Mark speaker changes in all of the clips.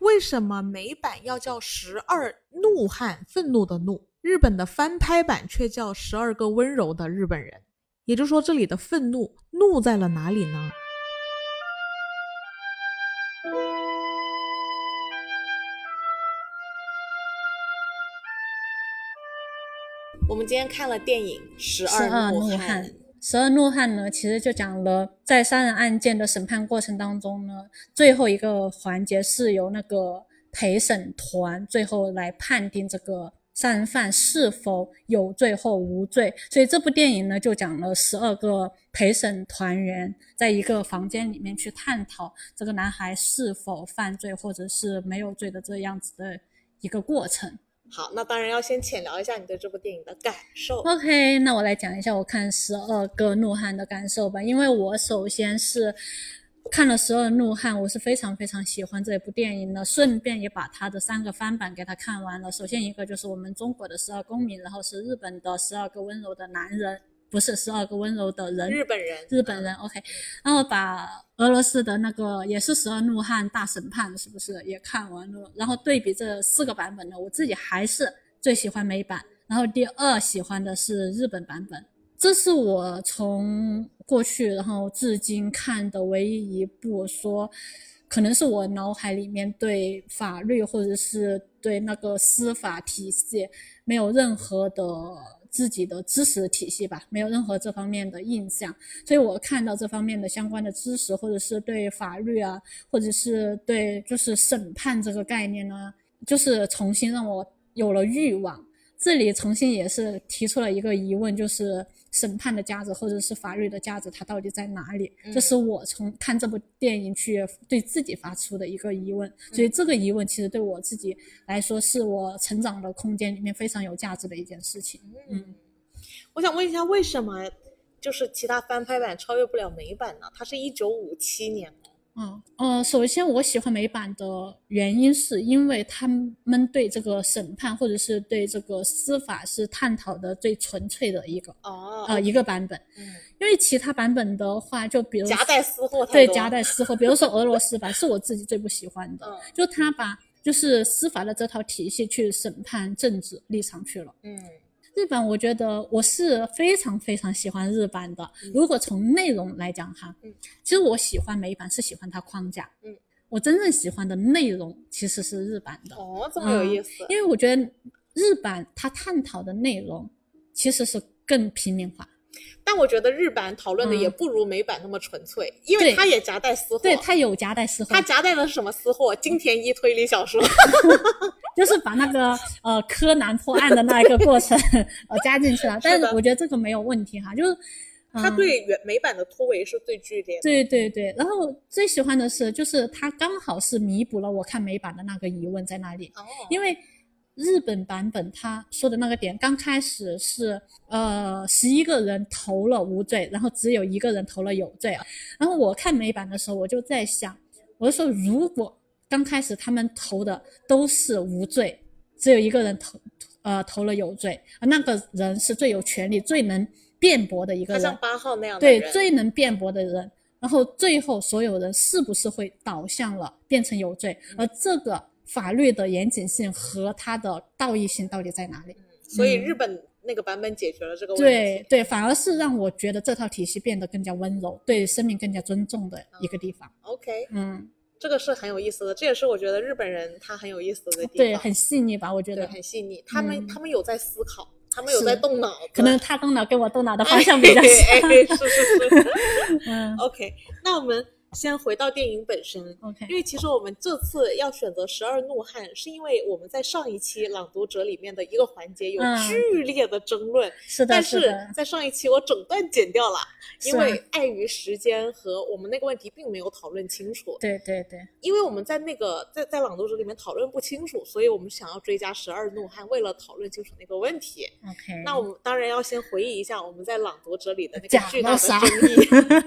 Speaker 1: 为什么美版要叫《十二怒汉》，愤怒的怒，日本的翻拍版却叫《十二个温柔的日本人》？也就是说，这里的愤怒怒在了哪里呢？我们今天看了电影《十
Speaker 2: 十
Speaker 1: 二
Speaker 2: 二
Speaker 1: 怒
Speaker 2: 怒
Speaker 1: 汉
Speaker 2: 汉》。十二怒汉呢，其实就讲了在杀人案件的审判过程当中呢，最后一个环节是由那个陪审团最后来判定这个杀人犯是否有罪或无罪。所以这部电影呢，就讲了十二个陪审团员在一个房间里面去探讨这个男孩是否犯罪或者是没有罪的这样子的一个过程。
Speaker 1: 好，那当然要先浅聊一下你对这部电影的感受。
Speaker 2: OK，那我来讲一下我看《十二个怒汉》的感受吧，因为我首先是看了《十二怒汉》，我是非常非常喜欢这部电影的，顺便也把它的三个翻版给它看完了。首先一个就是我们中国的《十二公民》，然后是日本的《十二个温柔的男人》，不是《十二个温柔的人》，
Speaker 1: 日本人，
Speaker 2: 日本人 OK，然后把俄罗斯的那个也是《十二怒汉大审判》是不是也看完了？然后对比这四个版本呢，我自己还是最喜欢美版，然后第二喜欢的是日本版本。这是我从过去然后至今看的唯一一部说，可能是我脑海里面对法律或者是对那个司法体系没有任何的自己的知识体系吧，没有任何这方面的印象。所以我看到这方面的相关的知识，或者是对法律啊，或者是对就是审判这个概念呢，就是重新让我有了欲望。这里重新也是提出了一个疑问，就是审判的价值或者是法律的价值，它到底在哪里？
Speaker 1: 嗯
Speaker 2: 这是我从看这部电影去对自己发出的一个疑问。所以这个疑问其实对我自己来说，是我成长的空间里面非常有价值的一件事情。
Speaker 1: 嗯，我想问一下，为什么就是其他翻拍版超越不了美版呢？它是一九五七年的，
Speaker 2: 嗯，呃，首先我喜欢美版的原因是因为他们对这个审判或者是对这个司法是探讨的最纯粹的一个
Speaker 1: 哦，
Speaker 2: 呃一个版本，
Speaker 1: 嗯
Speaker 2: 因为其他版本的话，就比如
Speaker 1: 夹带私货太
Speaker 2: 对
Speaker 1: 多
Speaker 2: 夹带私货，比如说俄罗斯版是我自己最不喜欢的，
Speaker 1: 嗯
Speaker 2: 就他把就是司法的这套体系去审判政治立场去了。
Speaker 1: 嗯
Speaker 2: 日版，我觉得我是非常非常喜欢日版的
Speaker 1: 嗯。
Speaker 2: 如果从内容来讲哈，
Speaker 1: 嗯
Speaker 2: 其实我喜欢美版是喜欢它框架，
Speaker 1: 嗯，
Speaker 2: 我真正喜欢的内容其实是日版的，
Speaker 1: 哦，这么有意思，
Speaker 2: 因为我觉得日版它探讨的内容其实是更平民化，
Speaker 1: 但我觉得日版讨论的
Speaker 2: 嗯
Speaker 1: 也不如美版那么纯粹，因为
Speaker 2: 对
Speaker 1: 它也夹带私货，哦
Speaker 2: 对，它有夹带私货
Speaker 1: 它，夹带的是什么私货？金田一推理小说，
Speaker 2: 就是把那个呃柯南破案的那一个过程 呃加进去了，但是我觉得这个没有问题哈，就是。
Speaker 1: 它
Speaker 2: 嗯
Speaker 1: 对原美版的突围是最剧烈的，
Speaker 2: 对对对，然后最喜欢的是，就是它刚好是弥补了我看美版的那个疑问在那里，
Speaker 1: 哦，
Speaker 2: 因为日本版本他说的那个点，刚开始是呃十一个人投了无罪，然后只有一个人投了有罪，啊然后我看美版的时候，我就在想，我就说如果刚开始他们投的都是无罪，只有一个人投呃投了有罪，那个人是最有权利、最能辩驳的一
Speaker 1: 它
Speaker 2: 个人，
Speaker 1: 像八号那样的
Speaker 2: 对
Speaker 1: 人，
Speaker 2: 最能辩驳的人，然后最后所有人是不是会导向了变成有罪？而这个法律的严谨性和它的道义性到底在哪里？
Speaker 1: 所以
Speaker 2: 嗯
Speaker 1: 日本那个版本解决了这个问题，
Speaker 2: 对对，反而是让我觉得这套体系变得更加温柔，对生命更加尊重的一个地方。
Speaker 1: ，OK，
Speaker 2: 嗯，
Speaker 1: 哦这个是很有意思的，这也是我觉得日本人他很有意思的地方，
Speaker 2: 对，很细腻吧？我觉
Speaker 1: 对
Speaker 2: 得
Speaker 1: 很细腻，他们、
Speaker 2: 嗯
Speaker 1: 他们有在思考，他们有
Speaker 2: 是
Speaker 1: 在动脑子，
Speaker 2: 可能他动脑跟我动脑的方向比较
Speaker 1: 哎
Speaker 2: 像。
Speaker 1: 哎是是是
Speaker 2: 嗯
Speaker 1: ，OK，那我们先回到电影本身。
Speaker 2: ，OK，
Speaker 1: 因为其实我们这次要选择《十二怒汉》，是因为我们在上一期《朗读者》里面的一个环节有
Speaker 2: 嗯
Speaker 1: 剧烈的争论，
Speaker 2: 是的，
Speaker 1: 但
Speaker 2: 是
Speaker 1: 是
Speaker 2: 的，
Speaker 1: 在上一期我整段剪掉了，因
Speaker 2: 是啊
Speaker 1: 为碍于时间和我们那个问题并没有讨论清楚。
Speaker 2: 对对对，
Speaker 1: 因为我们在那个在在《朗读者》里面讨论不清楚，所以我们想要追加《十二怒汉》，为了讨论清楚那个问题。
Speaker 2: ，OK。
Speaker 1: 那我们当然要先回忆一下我们在《朗读者》里的那个
Speaker 2: 讲
Speaker 1: 巨大
Speaker 2: 了
Speaker 1: 的
Speaker 2: 啥
Speaker 1: 争 议。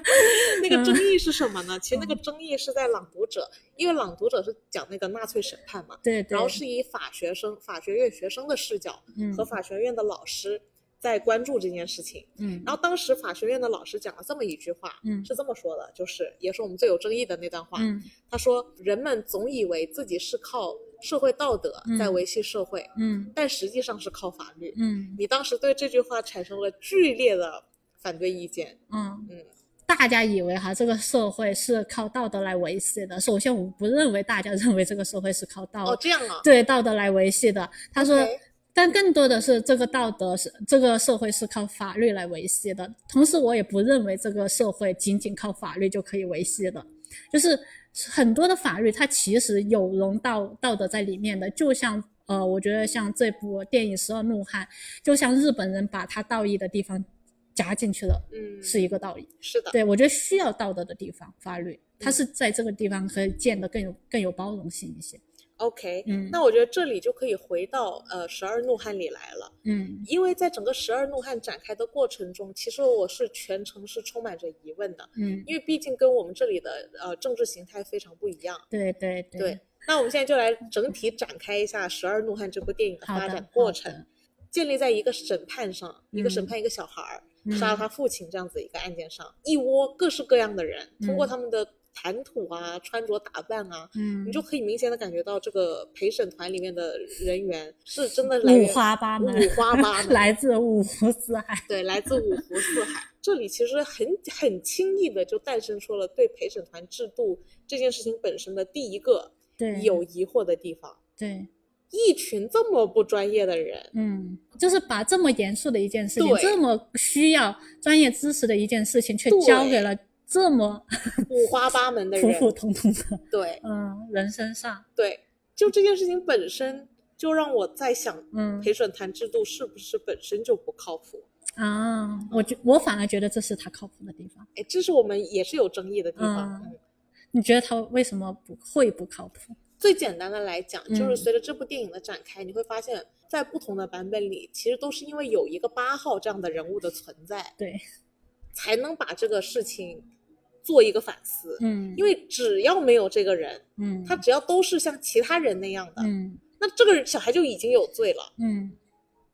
Speaker 1: 那个争议是什么呢？其实那
Speaker 2: 嗯
Speaker 1: 个争议是在《朗读者》，因为《朗读者》是讲那个纳粹审判嘛，
Speaker 2: 对对，
Speaker 1: 然后是以法学生、法学院学生的视角
Speaker 2: 嗯
Speaker 1: 和法学院的老师在关注这件事情。
Speaker 2: 嗯
Speaker 1: 然后当时法学院的老师讲了这么一句话，
Speaker 2: 嗯
Speaker 1: 是这么说的，就是也是我们最有争议的那段话。
Speaker 2: 嗯
Speaker 1: 他说，人们总以为自己是靠社会道德
Speaker 2: 嗯
Speaker 1: 在维系社会，
Speaker 2: 嗯
Speaker 1: 但实际上是靠法律。
Speaker 2: 嗯
Speaker 1: 你当时对这句话产生了剧烈的反对意见。
Speaker 2: 嗯
Speaker 1: 嗯，
Speaker 2: 大家以为哈这个社会是靠道德来维系的，首先我不认为大家认为这个社会是靠道、
Speaker 1: 哦，这样啊，
Speaker 2: 对道德来维系的，他说。
Speaker 1: OK
Speaker 2: 但更多的是，这个道德是这个社会是靠法律来维系的。同时，我也不认为这个社会仅仅靠法律就可以维系的，就是很多的法律它其实有融到道德在里面的。就像呃，我觉得像这部电影《十二怒汉》，就像日本人把他道义的地方夹进去了，
Speaker 1: 嗯，
Speaker 2: 是一个道理。
Speaker 1: 是的，
Speaker 2: 对我觉得需要道德的地方，法律
Speaker 1: 嗯
Speaker 2: 它是在这个地方可以建得更有更有包容性一些。
Speaker 1: OK，
Speaker 2: 嗯
Speaker 1: 那我觉得这里就可以回到呃《十二怒汉》里来了，
Speaker 2: 嗯
Speaker 1: 因为在整个《十二怒汉》展开的过程中，其实我是全程是充满着疑问的，
Speaker 2: 嗯，
Speaker 1: 因为毕竟跟我们这里的呃政治形态非常不一样。
Speaker 2: 对对对
Speaker 1: 对，那我们现在就来整体展开一下《十二怒汉》这部电影的
Speaker 2: 好
Speaker 1: 发
Speaker 2: 的
Speaker 1: 展过。
Speaker 2: 好
Speaker 1: 程，
Speaker 2: 的
Speaker 1: 建立在一个审判上，一个审
Speaker 2: 嗯
Speaker 1: 判一个小孩儿
Speaker 2: 嗯
Speaker 1: 杀了他父亲这样子一个案件上，一窝各式各样的人，通过
Speaker 2: 嗯
Speaker 1: 他们的谈吐啊、穿着打扮啊，
Speaker 2: 嗯，
Speaker 1: 你就可以明显的感觉到这个陪审团里面的人员是真的来
Speaker 2: 五
Speaker 1: 源
Speaker 2: 花八门，
Speaker 1: 五花八门
Speaker 2: 来自五湖四海。
Speaker 1: 对，来自五湖四海。这里其实很很轻易的就诞生出了对陪审团制度这件事情本身的第一个
Speaker 2: 对，
Speaker 1: 有疑惑的地方。
Speaker 2: 对，
Speaker 1: 一群这么不专业的 人，
Speaker 2: 嗯，就是把这么严肃的一件事情，
Speaker 1: 对
Speaker 2: 这么需要专业知识的一件事情，却
Speaker 1: 对
Speaker 2: 交给了这么
Speaker 1: 五花八门的
Speaker 2: 普
Speaker 1: 人，
Speaker 2: 普通通的
Speaker 1: 对
Speaker 2: 嗯人身上，
Speaker 1: 对，就这件事情本身就让我在想，
Speaker 2: 嗯
Speaker 1: 陪审团制度是不是本身就不靠谱？
Speaker 2: 啊，我觉我反而觉得这是他靠谱的地方。
Speaker 1: 哎，这是我们也是有争议的地方。
Speaker 2: 嗯
Speaker 1: 嗯
Speaker 2: 你觉得他为什么不会不靠谱？
Speaker 1: 最简单的来讲，就是
Speaker 2: 嗯
Speaker 1: 随着这部电影的展开，你会发现在不同的版本里，其实都是因为有一个八号这样的人物的存在，
Speaker 2: 对，
Speaker 1: 才能把这个事情做一个反思。
Speaker 2: 嗯，
Speaker 1: 因
Speaker 2: 为
Speaker 1: 为只要没有这个人，
Speaker 2: 嗯，
Speaker 1: 他只要都是像其他人那样的，
Speaker 2: 嗯
Speaker 1: 那这个小孩就已经有罪了。
Speaker 2: 嗯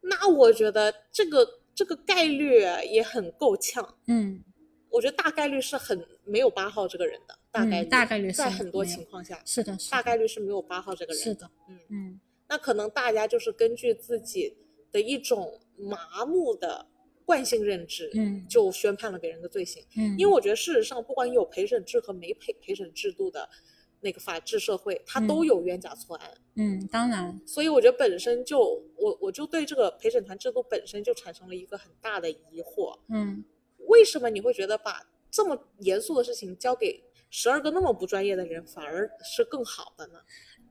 Speaker 1: 那我觉得这个这个概率也很够呛。
Speaker 2: 嗯，
Speaker 1: 我觉得大概率是很没有八号这个人的，大概率、
Speaker 2: 嗯大概率是
Speaker 1: 在很多
Speaker 2: 没有
Speaker 1: 情况下，
Speaker 2: 是的，是
Speaker 1: 大
Speaker 2: 的，
Speaker 1: 概率是没有八号这个人
Speaker 2: 是的，
Speaker 1: 嗯。
Speaker 2: 嗯
Speaker 1: 那可能大家就是根据自己的一种麻木的惯性认知，
Speaker 2: 嗯
Speaker 1: 就宣判了别人的罪行。
Speaker 2: 嗯，
Speaker 1: 因为我觉得事实上，不管有陪审制和没陪陪审制度的那个法治社会，它都
Speaker 2: 嗯
Speaker 1: 有冤假错案。
Speaker 2: 嗯，当然，
Speaker 1: 所以我觉得本身就我我就对这个陪审团制度本身就产生了一个很大的疑惑：
Speaker 2: 嗯
Speaker 1: 为什么你会觉得把这么严肃的事情交给十二个那么不专业的人，反而是更好的呢？，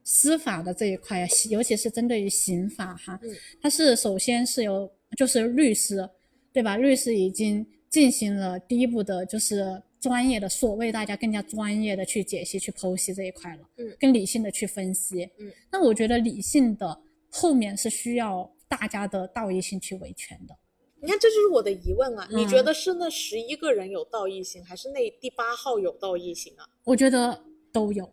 Speaker 2: 司法的这一块，尤其是针对于刑法哈，
Speaker 1: 嗯
Speaker 2: 它是首先是由就是律师，对吧？律师已经进行了第一步的，就是专业的所谓大家更加专业的去解析、去剖析这一块了，
Speaker 1: 嗯
Speaker 2: 更理性的去分析，
Speaker 1: 嗯。
Speaker 2: 那我觉得理性的后面是需要大家的道义性去维权的。
Speaker 1: 你看，这就是我的疑问啊！你
Speaker 2: 嗯
Speaker 1: 觉得是那十一个人有道义性，还是那第八号有道义性啊？
Speaker 2: 我觉得都有。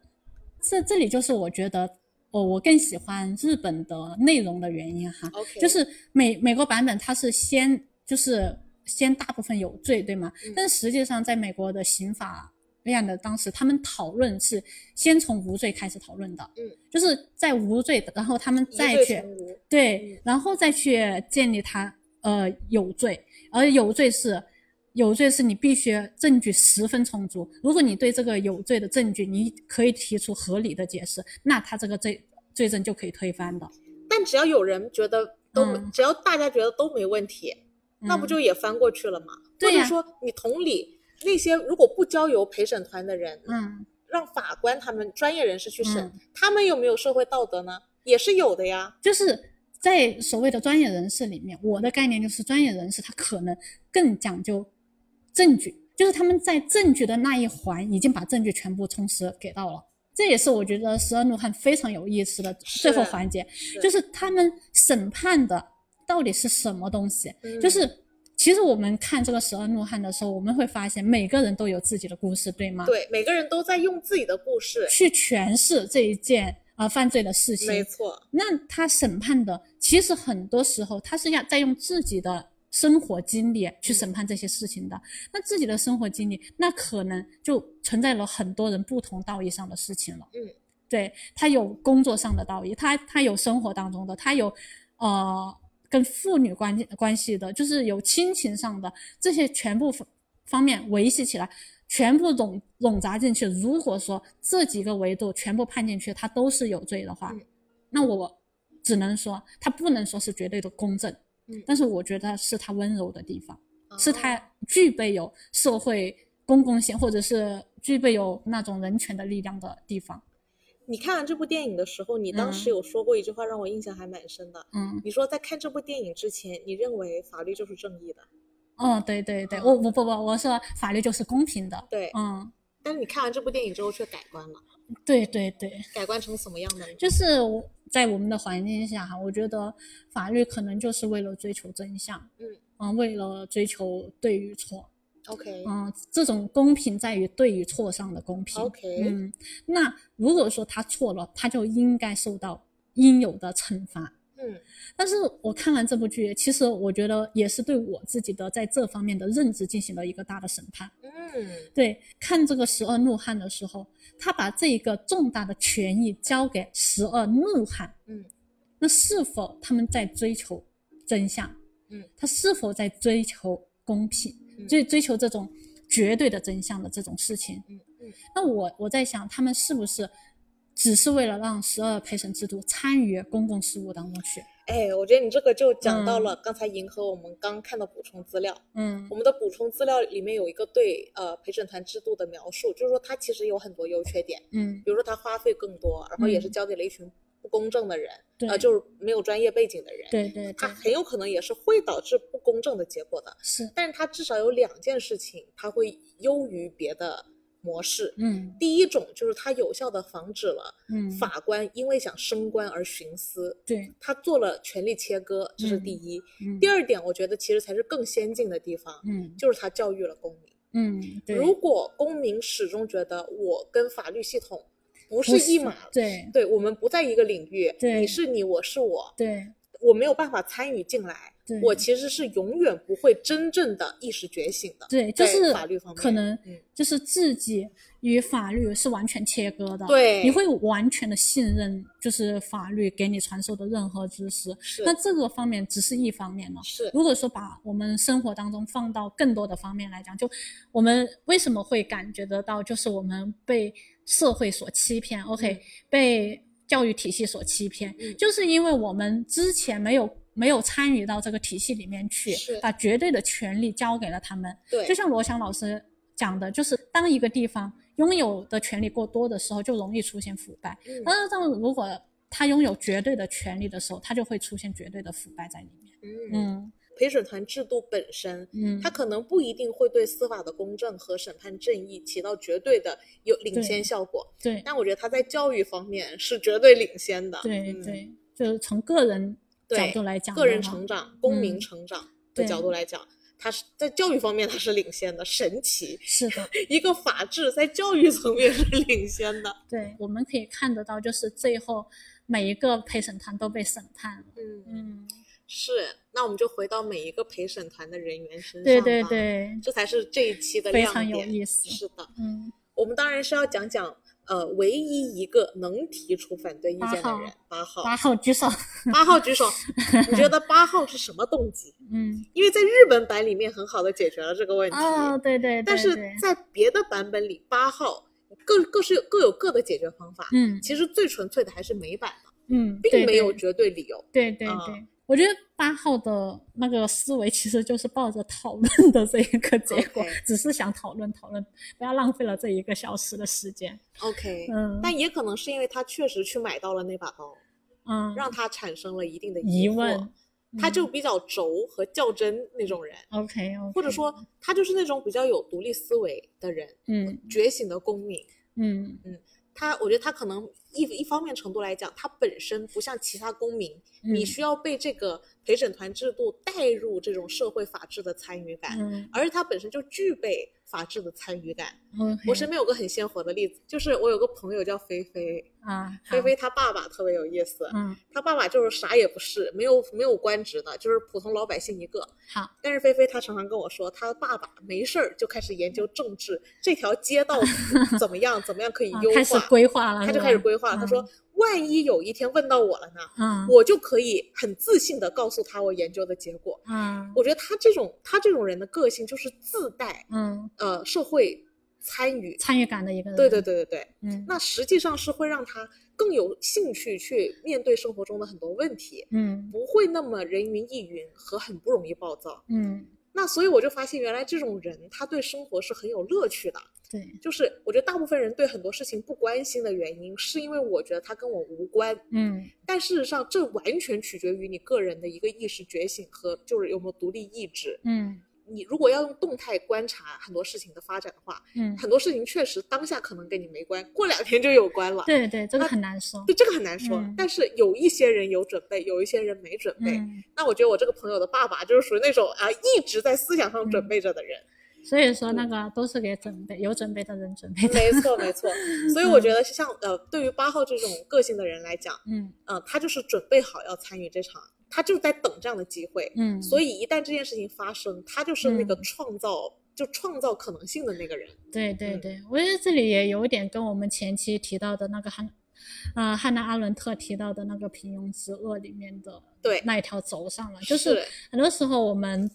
Speaker 2: 这这里就是我觉得我我更喜欢日本的内容的原因哈
Speaker 1: OK
Speaker 2: 就是美美国版本它是先就是先大部分有罪对吗？
Speaker 1: 嗯
Speaker 2: 但是实际上在美国的刑法院的当时他们讨论是先从无罪开始讨论的，
Speaker 1: 嗯，
Speaker 2: 就是在无罪，然后他们
Speaker 1: 疑
Speaker 2: 再
Speaker 1: 罪
Speaker 2: 去
Speaker 1: 从无
Speaker 2: 对
Speaker 1: 嗯，
Speaker 2: 然后再去建立他呃有罪，而有罪是有罪是你必须证据十分充足。如果你对这个有罪的证据，你可以提出合理的解释，那他这个罪罪证就可以推翻的。
Speaker 1: 但只要有人觉得都没，
Speaker 2: 嗯
Speaker 1: 只要大家觉得都没问题，那不
Speaker 2: 嗯
Speaker 1: 就也翻过去了吗？
Speaker 2: 对
Speaker 1: 或
Speaker 2: 呀
Speaker 1: 者说，你同理那些如果不交由陪审团的人，
Speaker 2: 嗯
Speaker 1: 让法官他们专业人士去审，
Speaker 2: 嗯
Speaker 1: 他们有没有社会道德呢？也是有的呀。
Speaker 2: 就是在所谓的专业人士里面，我的概念就是专业人士他可能更讲究证据，就是他们在证据的那一环已经把证据全部充实给到了。这也是我觉得十二怒汉非常有意思的最后
Speaker 1: 是
Speaker 2: 环节，就是他们审判的到底是什么东西？
Speaker 1: 嗯
Speaker 2: 就是其实我们看这个《十二怒汉》的时候，我们会发现每个人都有自己的故事，对吗？，
Speaker 1: 对每个人都在用自己的故事，
Speaker 2: 去诠释这一件呃犯罪的事情。
Speaker 1: 没错，
Speaker 2: 那他审判的，其实很多时候他是要在用自己的生活经历去审判这些事情的。那自己的生活经历，那可能就存在了很多人不同道义上的事情了。
Speaker 1: 嗯，
Speaker 2: 对他有工作上的道义，他他有生活当中的，他有呃跟父女关系关系的，就是有亲情上的这些全部方方面维系起来。全部拢拢杂进去，如果说这几个维度全部判进去，他都是有罪的话，
Speaker 1: 嗯
Speaker 2: 那我只能说他不能说是绝对的公正，
Speaker 1: 嗯哦
Speaker 2: 但是我觉得是他温柔的地方，是他具备有社会公共性，或者是具备有那种人权的力量的地方。
Speaker 1: 你看完这部电影的时候，你当时
Speaker 2: 嗯
Speaker 1: 有说过一句话，让我印象还蛮深的。
Speaker 2: 嗯，
Speaker 1: 你说在看这部电影之前，你认为法律就是正义的，
Speaker 2: 哦，对对对，我我不不，我说法律就是公平的。
Speaker 1: 对。
Speaker 2: 嗯，
Speaker 1: 但是你看完这部电影之后却改观了，
Speaker 2: 对对对。
Speaker 1: 改观成什么样呢？
Speaker 2: 就是我在我们的环境下哈，我觉得法律可能就是为了追求真相，
Speaker 1: 嗯
Speaker 2: 为了追求对与错，
Speaker 1: OK，
Speaker 2: 嗯、这种公平在于对与错上的公平。
Speaker 1: OK
Speaker 2: 嗯，那如果说他错了，他就应该受到应有的惩罚。
Speaker 1: 嗯
Speaker 2: 但是我看完这部剧，其实我觉得也是对我自己的在这方面的认知进行了一个大的审判。
Speaker 1: 嗯
Speaker 2: 对，看这个十二怒汉的时候，他把这一个重大的权益交给十二怒汉，
Speaker 1: 嗯
Speaker 2: 那是否他们在追求真相？
Speaker 1: 嗯，
Speaker 2: 他是否在追求公平
Speaker 1: 嗯？
Speaker 2: 追、追求这种绝对的真相的这种事情？
Speaker 1: 嗯嗯
Speaker 2: 那我我在想，他们是不是只是为了让十二陪审制度参与公共事务当中去？
Speaker 1: 哎，我觉得你这个就讲到
Speaker 2: 嗯
Speaker 1: 了刚才银河我们刚看的补充资料，
Speaker 2: 嗯
Speaker 1: 我们的补充资料里面有一个对呃陪审团制度的描述，就是说它其实有很多优缺点，
Speaker 2: 嗯，
Speaker 1: 比如说它花费更多，然后也是
Speaker 2: 嗯
Speaker 1: 交给了一群不公正的人，
Speaker 2: 对，
Speaker 1: 呃，就是没有专业背景的人，
Speaker 2: 对对
Speaker 1: 它
Speaker 2: 对，
Speaker 1: 很有可能也是会导致不公正的结果的。
Speaker 2: 是，
Speaker 1: 但是它至少有两件事情，它会优于别的模式。
Speaker 2: 嗯
Speaker 1: 第一种就是它有效的防止了
Speaker 2: 嗯，
Speaker 1: 法官因为想升官而徇私，
Speaker 2: 对，
Speaker 1: 他做了权力切割，这是第一。
Speaker 2: 嗯
Speaker 1: 第二点，我觉得其实才是更先进的地方，
Speaker 2: 嗯
Speaker 1: 就是他教育了公民。
Speaker 2: 嗯，对，
Speaker 1: 如果公民始终觉得我跟法律系统不
Speaker 2: 不
Speaker 1: 是一码，
Speaker 2: 对
Speaker 1: 对我们不在一个领域，
Speaker 2: 对
Speaker 1: 你是你，我是我，
Speaker 2: 对
Speaker 1: 我没有办法参与进来，
Speaker 2: 对，
Speaker 1: 我其实是永远不会真正的意识觉醒的。
Speaker 2: 对，就
Speaker 1: 在
Speaker 2: 是
Speaker 1: 法律方面
Speaker 2: 可能
Speaker 1: 嗯
Speaker 2: 就是自己与法律是完全切割的，，
Speaker 1: 对，
Speaker 2: 你会完全的信任，就是法律给你传授的任何知识。
Speaker 1: 是
Speaker 2: 那这个方面只是一方面了。
Speaker 1: 是
Speaker 2: 如果说把我们生活当中放到更多的方面来讲，就我们为什么会感觉得到，就是我们被社会所欺骗，OK，、
Speaker 1: 嗯
Speaker 2: 被教育体系所欺骗，
Speaker 1: 嗯
Speaker 2: 就是因为我们之前没有没有参与到这个体系里面去
Speaker 1: 是，
Speaker 2: 把绝对的权利交给了他们。
Speaker 1: 对，
Speaker 2: 就像罗翔老师讲的，就是当一个地方拥有的权利过多的时候，就容易出现腐败。
Speaker 1: 嗯
Speaker 2: 那这样如果他拥有绝对的权利的时候，他就会出现绝对的腐败在里面。
Speaker 1: 嗯，
Speaker 2: 嗯
Speaker 1: 陪审团制度本身，
Speaker 2: 嗯，
Speaker 1: 它可能不一定会对司法的公正和审判正义起到绝对的有领
Speaker 2: 对
Speaker 1: 先效果，
Speaker 2: 对
Speaker 1: 但我觉得它在教育方面是绝对领先的。
Speaker 2: 对
Speaker 1: 嗯，
Speaker 2: 对，就是从个人角
Speaker 1: 对
Speaker 2: 度来讲的话，
Speaker 1: 个人成长、公民
Speaker 2: 嗯
Speaker 1: 成长的
Speaker 2: 对
Speaker 1: 角度来讲，它是在教育方面它是领先的，神奇！
Speaker 2: 是的，
Speaker 1: 一个法治在教育层面是领先的。
Speaker 2: 对，我们可以看得到，就是最后每一个陪审团都被审判了。
Speaker 1: 嗯，
Speaker 2: 嗯，
Speaker 1: 是。那我们就回到每一个陪审团的人员身上，
Speaker 2: 对对，对，
Speaker 1: 这才是这一期的
Speaker 2: 非
Speaker 1: 亮
Speaker 2: 常有
Speaker 1: 点。
Speaker 2: 意思
Speaker 1: 是的，
Speaker 2: 嗯
Speaker 1: 我们当然是要讲讲，呃，唯一一个能提出反对意见
Speaker 2: 八
Speaker 1: 的
Speaker 2: 号
Speaker 1: 人，八号。
Speaker 2: 八号举手。
Speaker 1: 八号 举手，你觉得八号是什么动机？
Speaker 2: 嗯，
Speaker 1: 因为在日本版里面很好的解决了这个问题，
Speaker 2: 哦，对对对对，
Speaker 1: 但是在别的版本里，八号各各是有各有各的解决方法。
Speaker 2: 嗯
Speaker 1: 其实最纯粹的还是美版的，
Speaker 2: 嗯，对
Speaker 1: 并没有
Speaker 2: 对
Speaker 1: 绝对理由。
Speaker 2: 对对
Speaker 1: 啊
Speaker 2: 对，我觉得八号的那个思维其实就是抱着讨论的这一个结果
Speaker 1: OK
Speaker 2: 只是想讨论讨论，不要浪费了这一个小时的时间。
Speaker 1: OK，、
Speaker 2: 嗯
Speaker 1: 但也可能是因为他确实去买到了那把刀，
Speaker 2: 嗯，
Speaker 1: 让他产生了一定的
Speaker 2: 疑
Speaker 1: 惑
Speaker 2: 问，嗯
Speaker 1: 他就比较轴和较真那种人，
Speaker 2: OK OK，
Speaker 1: 或者说他就是那种比较有独立思维的人，
Speaker 2: 嗯
Speaker 1: 觉醒的公民。
Speaker 2: 嗯
Speaker 1: 他，我觉得他可能一一方面程度来讲，他本身不像其他公民，你
Speaker 2: 嗯
Speaker 1: 需要被这个陪审团制度带入这种社会法治的参与感，
Speaker 2: 嗯
Speaker 1: 而他本身就具备法治的参与感。
Speaker 2: OK，
Speaker 1: 我身边有个很鲜活的例子，就是我有个朋友叫菲菲，
Speaker 2: 啊，好
Speaker 1: 菲菲她爸爸特别有意思，
Speaker 2: 嗯，
Speaker 1: 她爸爸就是啥也不是，没有没有官职的，就是普通老百姓一个。
Speaker 2: 好，
Speaker 1: 但是菲菲她常常跟我说，她爸爸没事儿就开始研究政治，这条街道怎么样，怎么样可以
Speaker 2: 啊
Speaker 1: 优
Speaker 2: 开始
Speaker 1: 化，
Speaker 2: 规划了，
Speaker 1: 他
Speaker 2: 是
Speaker 1: 就
Speaker 2: 吧
Speaker 1: 开始规划。
Speaker 2: 嗯
Speaker 1: 他说，万一有一天问到我了呢，
Speaker 2: 嗯
Speaker 1: 我就可以很自信的告诉他我研究的结果。
Speaker 2: 嗯
Speaker 1: 我觉得他这种他这种人的个性就是自带
Speaker 2: 嗯，
Speaker 1: 呃社会参与，
Speaker 2: 参与感的一个人，
Speaker 1: 对对，对对对，
Speaker 2: 嗯
Speaker 1: 那实际上是会让他更有兴趣去面对生活中的很多问题，
Speaker 2: 嗯
Speaker 1: 不会那么人云亦云和很不容易暴躁。
Speaker 2: 嗯，
Speaker 1: 那所以我就发现，原来这种人他对生活是很有乐趣的。
Speaker 2: 对，
Speaker 1: 就是我觉得大部分人对很多事情不关心的原因，是因为我觉得它跟我无关。
Speaker 2: 嗯
Speaker 1: 但事实上，这完全取决于你个人的一个意识觉醒和就是有没有独立意志。
Speaker 2: 嗯
Speaker 1: 你如果要用动态观察很多事情的发展的话，
Speaker 2: 嗯，
Speaker 1: 很多事情确实当下可能跟你没关，过两天就有关了。
Speaker 2: 对对，这个
Speaker 1: 那
Speaker 2: 很难说，
Speaker 1: 对，这个很难说。
Speaker 2: 嗯
Speaker 1: 但是有一些人有准备，有一些人没准备。
Speaker 2: 嗯，
Speaker 1: 那我觉得我这个朋友的爸爸就是属于那种啊，一直在思想上准备着的
Speaker 2: 嗯
Speaker 1: 人。
Speaker 2: 所以说那个都是给准备有准备的人准备的，
Speaker 1: 没错，没 错。所以我觉得像呃，对于八号这种个性的人来讲，
Speaker 2: 嗯
Speaker 1: 嗯、他就是准备好要参与这场，他就在等这样的机会。
Speaker 2: 嗯，
Speaker 1: 所
Speaker 2: 以
Speaker 1: 以一旦这件事情发生，他就是那个
Speaker 2: 嗯
Speaker 1: 创造。就创造可能性的那个人，
Speaker 2: 对对
Speaker 1: 嗯
Speaker 2: 对，我觉得这里也有一点跟我们前期提到的那个汉，呃，汉娜阿伦特提到的那个平庸之恶里面的
Speaker 1: 对
Speaker 2: 那一条轴上了，就是
Speaker 1: 是
Speaker 2: 很多时候我们。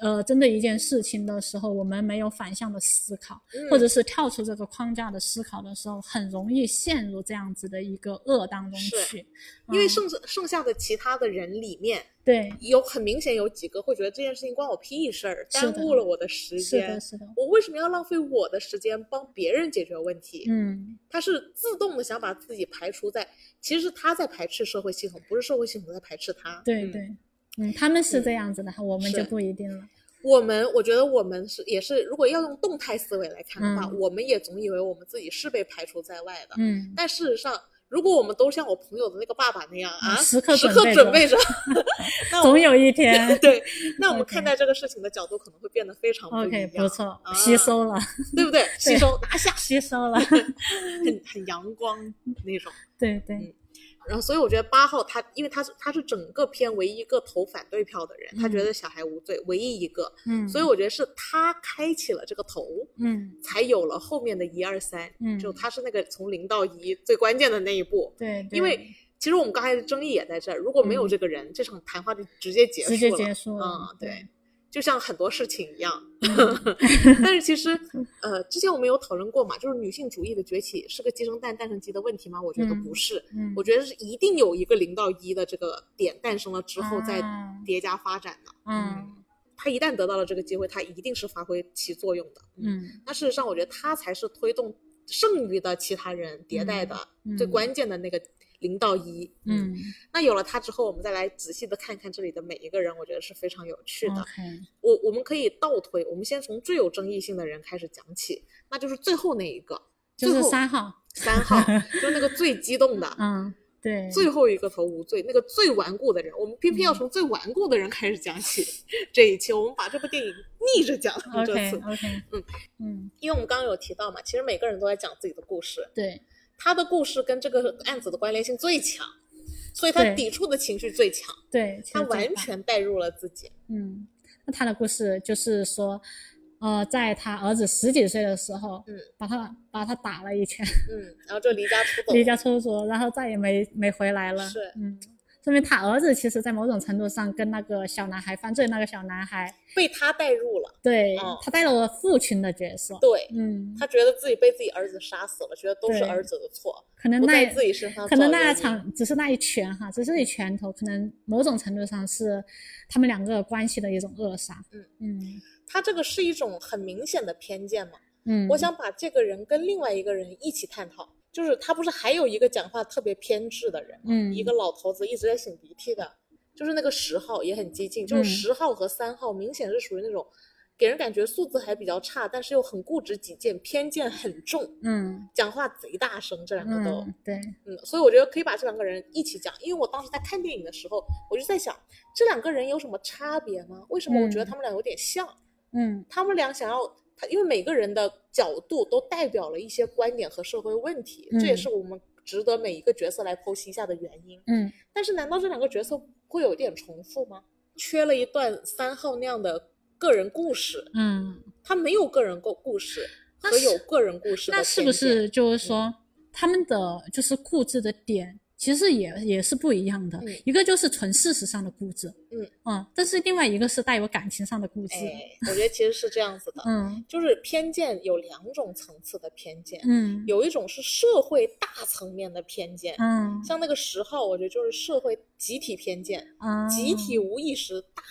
Speaker 2: 呃，针对一件事情的时候，我们没有反向的思考，
Speaker 1: 嗯
Speaker 2: 或者是跳出这个框架的思考的时候，很容易陷入这样子的一个恶当中
Speaker 1: 是
Speaker 2: 去。
Speaker 1: 因为
Speaker 2: 嗯
Speaker 1: 剩剩下的其他的人里面，
Speaker 2: 对，
Speaker 1: 有很明显有几个会觉得这件事情关我屁事儿，
Speaker 2: 是的
Speaker 1: 耽误了我的时
Speaker 2: 是
Speaker 1: 间
Speaker 2: 的，，是的，
Speaker 1: 我为什么要浪费我的时间帮别人解决问题？
Speaker 2: 嗯，
Speaker 1: 他是自动的想把自己排除在，其实是他在排斥社会系统，不是社会系统在排斥他。
Speaker 2: 对
Speaker 1: 嗯
Speaker 2: 对，嗯，他们是
Speaker 1: 嗯
Speaker 2: 这样子的，我们就是不一定了。
Speaker 1: 我们我觉得我们是也是，如果要用动态思维来看的话，
Speaker 2: 嗯
Speaker 1: 我们也总以为我们自己是被排除在外的，
Speaker 2: 嗯，
Speaker 1: 但事实上。如果我们都像我朋友的那个爸爸那样啊，
Speaker 2: 嗯时刻
Speaker 1: 时
Speaker 2: 准
Speaker 1: 刻
Speaker 2: 备
Speaker 1: 准
Speaker 2: 着
Speaker 1: 备着，那 我
Speaker 2: 总
Speaker 1: 们
Speaker 2: 有一 天。
Speaker 1: 对，那我们
Speaker 2: OK
Speaker 1: 看待这个事情的角度可能会变得非常不一
Speaker 2: OK，
Speaker 1: 样，
Speaker 2: 不错，
Speaker 1: 啊
Speaker 2: 吸收了，
Speaker 1: 对不 对？吸收拿下，
Speaker 2: 吸 收了。
Speaker 1: 很很阳光那种。
Speaker 2: 对对，
Speaker 1: 然后，所以我觉得八号他，因为他是他是整个片唯一一个投反对票的人，他觉
Speaker 2: 嗯
Speaker 1: 得小孩无罪，唯一一个。
Speaker 2: 嗯，
Speaker 1: 所以我觉得是他开启了这个头，
Speaker 2: 嗯，
Speaker 1: 才有了后面的一二三。
Speaker 2: 嗯
Speaker 1: 就他是那个从零到一最关键的那一步。
Speaker 2: 对，对
Speaker 1: 因为其实我们刚才的争议也在这儿，如果没有
Speaker 2: 嗯
Speaker 1: 这个人，这场谈话就直接结束了。
Speaker 2: 直接结束了
Speaker 1: 嗯，，对
Speaker 2: 对，，嗯
Speaker 1: 就像很多事情一样。 但是其 实，呃，之前我们有讨论过嘛，就是女性主义的崛起是个鸡生蛋，蛋生鸡的问题吗？我觉得
Speaker 2: 嗯
Speaker 1: 不是，
Speaker 2: 嗯，
Speaker 1: 我觉得是一定有一个零到一的这个点诞生了之后再
Speaker 2: 啊
Speaker 1: 叠加发展的。
Speaker 2: 嗯
Speaker 1: 他一旦得到了这个机会，他一定是发挥其作用的。，
Speaker 2: 嗯
Speaker 1: 那事实上，我觉得他才是推动剩余的其他人迭代的
Speaker 2: 嗯
Speaker 1: 最关键的那个零到一。
Speaker 2: 嗯
Speaker 1: 那有了它之后，我们再来仔细的看看这里的每一个人，我觉得是非常有趣的。
Speaker 2: ，OK，
Speaker 1: 我我们可以倒推，我们先从最有争议性的人开始讲起，那就是最后那一个，
Speaker 2: 就
Speaker 1: 最
Speaker 2: 是
Speaker 1: 后
Speaker 2: 三号，
Speaker 1: 三号， 就是那个最激动的。
Speaker 2: 嗯，对，
Speaker 1: 最后一个头无罪，那个最顽固的人，我们偏
Speaker 2: 嗯
Speaker 1: 偏要从最顽固的人开始讲起。这一期我们把这部电影逆着讲，这
Speaker 2: OK
Speaker 1: 次，
Speaker 2: OK，
Speaker 1: 嗯
Speaker 2: 嗯，
Speaker 1: 因为我们刚刚有提到嘛，其实每个人都在讲自己的故事，
Speaker 2: 对
Speaker 1: 他的故事跟这个案子的关联性最强，所以他
Speaker 2: 对
Speaker 1: 抵触的情绪最强，
Speaker 2: 对，其实
Speaker 1: 他
Speaker 2: 这一
Speaker 1: 完
Speaker 2: 块
Speaker 1: 全带入了自己。
Speaker 2: 嗯，那他的故事就是说，呃，在他儿子十几岁的时候，
Speaker 1: 嗯，
Speaker 2: 把他把他打了一拳，
Speaker 1: 嗯，然后就离家出走，
Speaker 2: 离家出走，然后再也没没回来了。
Speaker 1: 是
Speaker 2: 嗯，说明他儿子其实，在某种程度上跟那个小男孩犯罪那个小男孩，
Speaker 1: 被他带入了。
Speaker 2: 对、
Speaker 1: 哦
Speaker 2: 他带了父亲的角色。
Speaker 1: 对
Speaker 2: 嗯，
Speaker 1: 他觉得自己被自己儿子杀死了，觉得都是
Speaker 2: 对
Speaker 1: 儿子的错，
Speaker 2: 可能
Speaker 1: 不
Speaker 2: 那
Speaker 1: 在自己身上
Speaker 2: 可能
Speaker 1: 找
Speaker 2: 那
Speaker 1: 原
Speaker 2: 一
Speaker 1: 因
Speaker 2: 场只是那一拳哈，只是一拳头，可能某种程度上是他们两个关系的一种扼杀。
Speaker 1: 嗯
Speaker 2: 嗯
Speaker 1: 他这个是一种很明显的偏见嘛。
Speaker 2: 嗯，
Speaker 1: 我想把这个人跟另外一个人一起探讨，就是他不是还有一个讲话特别偏执的人吗，
Speaker 2: 嗯
Speaker 1: 一个老头子一直在擤鼻涕的，就是那个十号也很激进，就
Speaker 2: 嗯
Speaker 1: 是十号和三号明显是属于那种给人感觉素质还比较差，但是又很固执己见，偏见很重，
Speaker 2: 嗯
Speaker 1: 讲话贼大声，这两个都。
Speaker 2: 嗯对
Speaker 1: 嗯，所以我觉得可以把这两个人一起讲，因为我当时在看电影的时候，我就在想这两个人有什么差别吗？为什么我觉得
Speaker 2: 嗯
Speaker 1: 他们俩有点像？
Speaker 2: 嗯
Speaker 1: 他们俩想要，他因为每个人的角度都代表了一些观点和社会问题，这也
Speaker 2: 嗯
Speaker 1: 是我们值得每一个角色来剖析一下的原因。
Speaker 2: 嗯，
Speaker 1: 但是难道这两个角色会有点重复吗？缺了一段三号那样的个人故事，
Speaker 2: 嗯，
Speaker 1: 他没有个人故故事
Speaker 2: 那
Speaker 1: 和
Speaker 2: 是
Speaker 1: 有个人故事的
Speaker 2: 那是不
Speaker 1: 偏见？嗯
Speaker 2: 是就是说他们的就是固执的点，其实也也是不一样的、
Speaker 1: 嗯
Speaker 2: 一个就是纯事实上的固执，
Speaker 1: 嗯
Speaker 2: 但是另外一个是带有感情上的固执，
Speaker 1: 哎，我觉得其实是这样子的，
Speaker 2: 嗯
Speaker 1: 就是偏见有两种层次的偏见，
Speaker 2: 嗯
Speaker 1: 有一种是社会大层面的偏见，
Speaker 2: 嗯
Speaker 1: 像那个十号，我觉得就是社会集体偏见，
Speaker 2: 嗯，
Speaker 1: 集体无意识大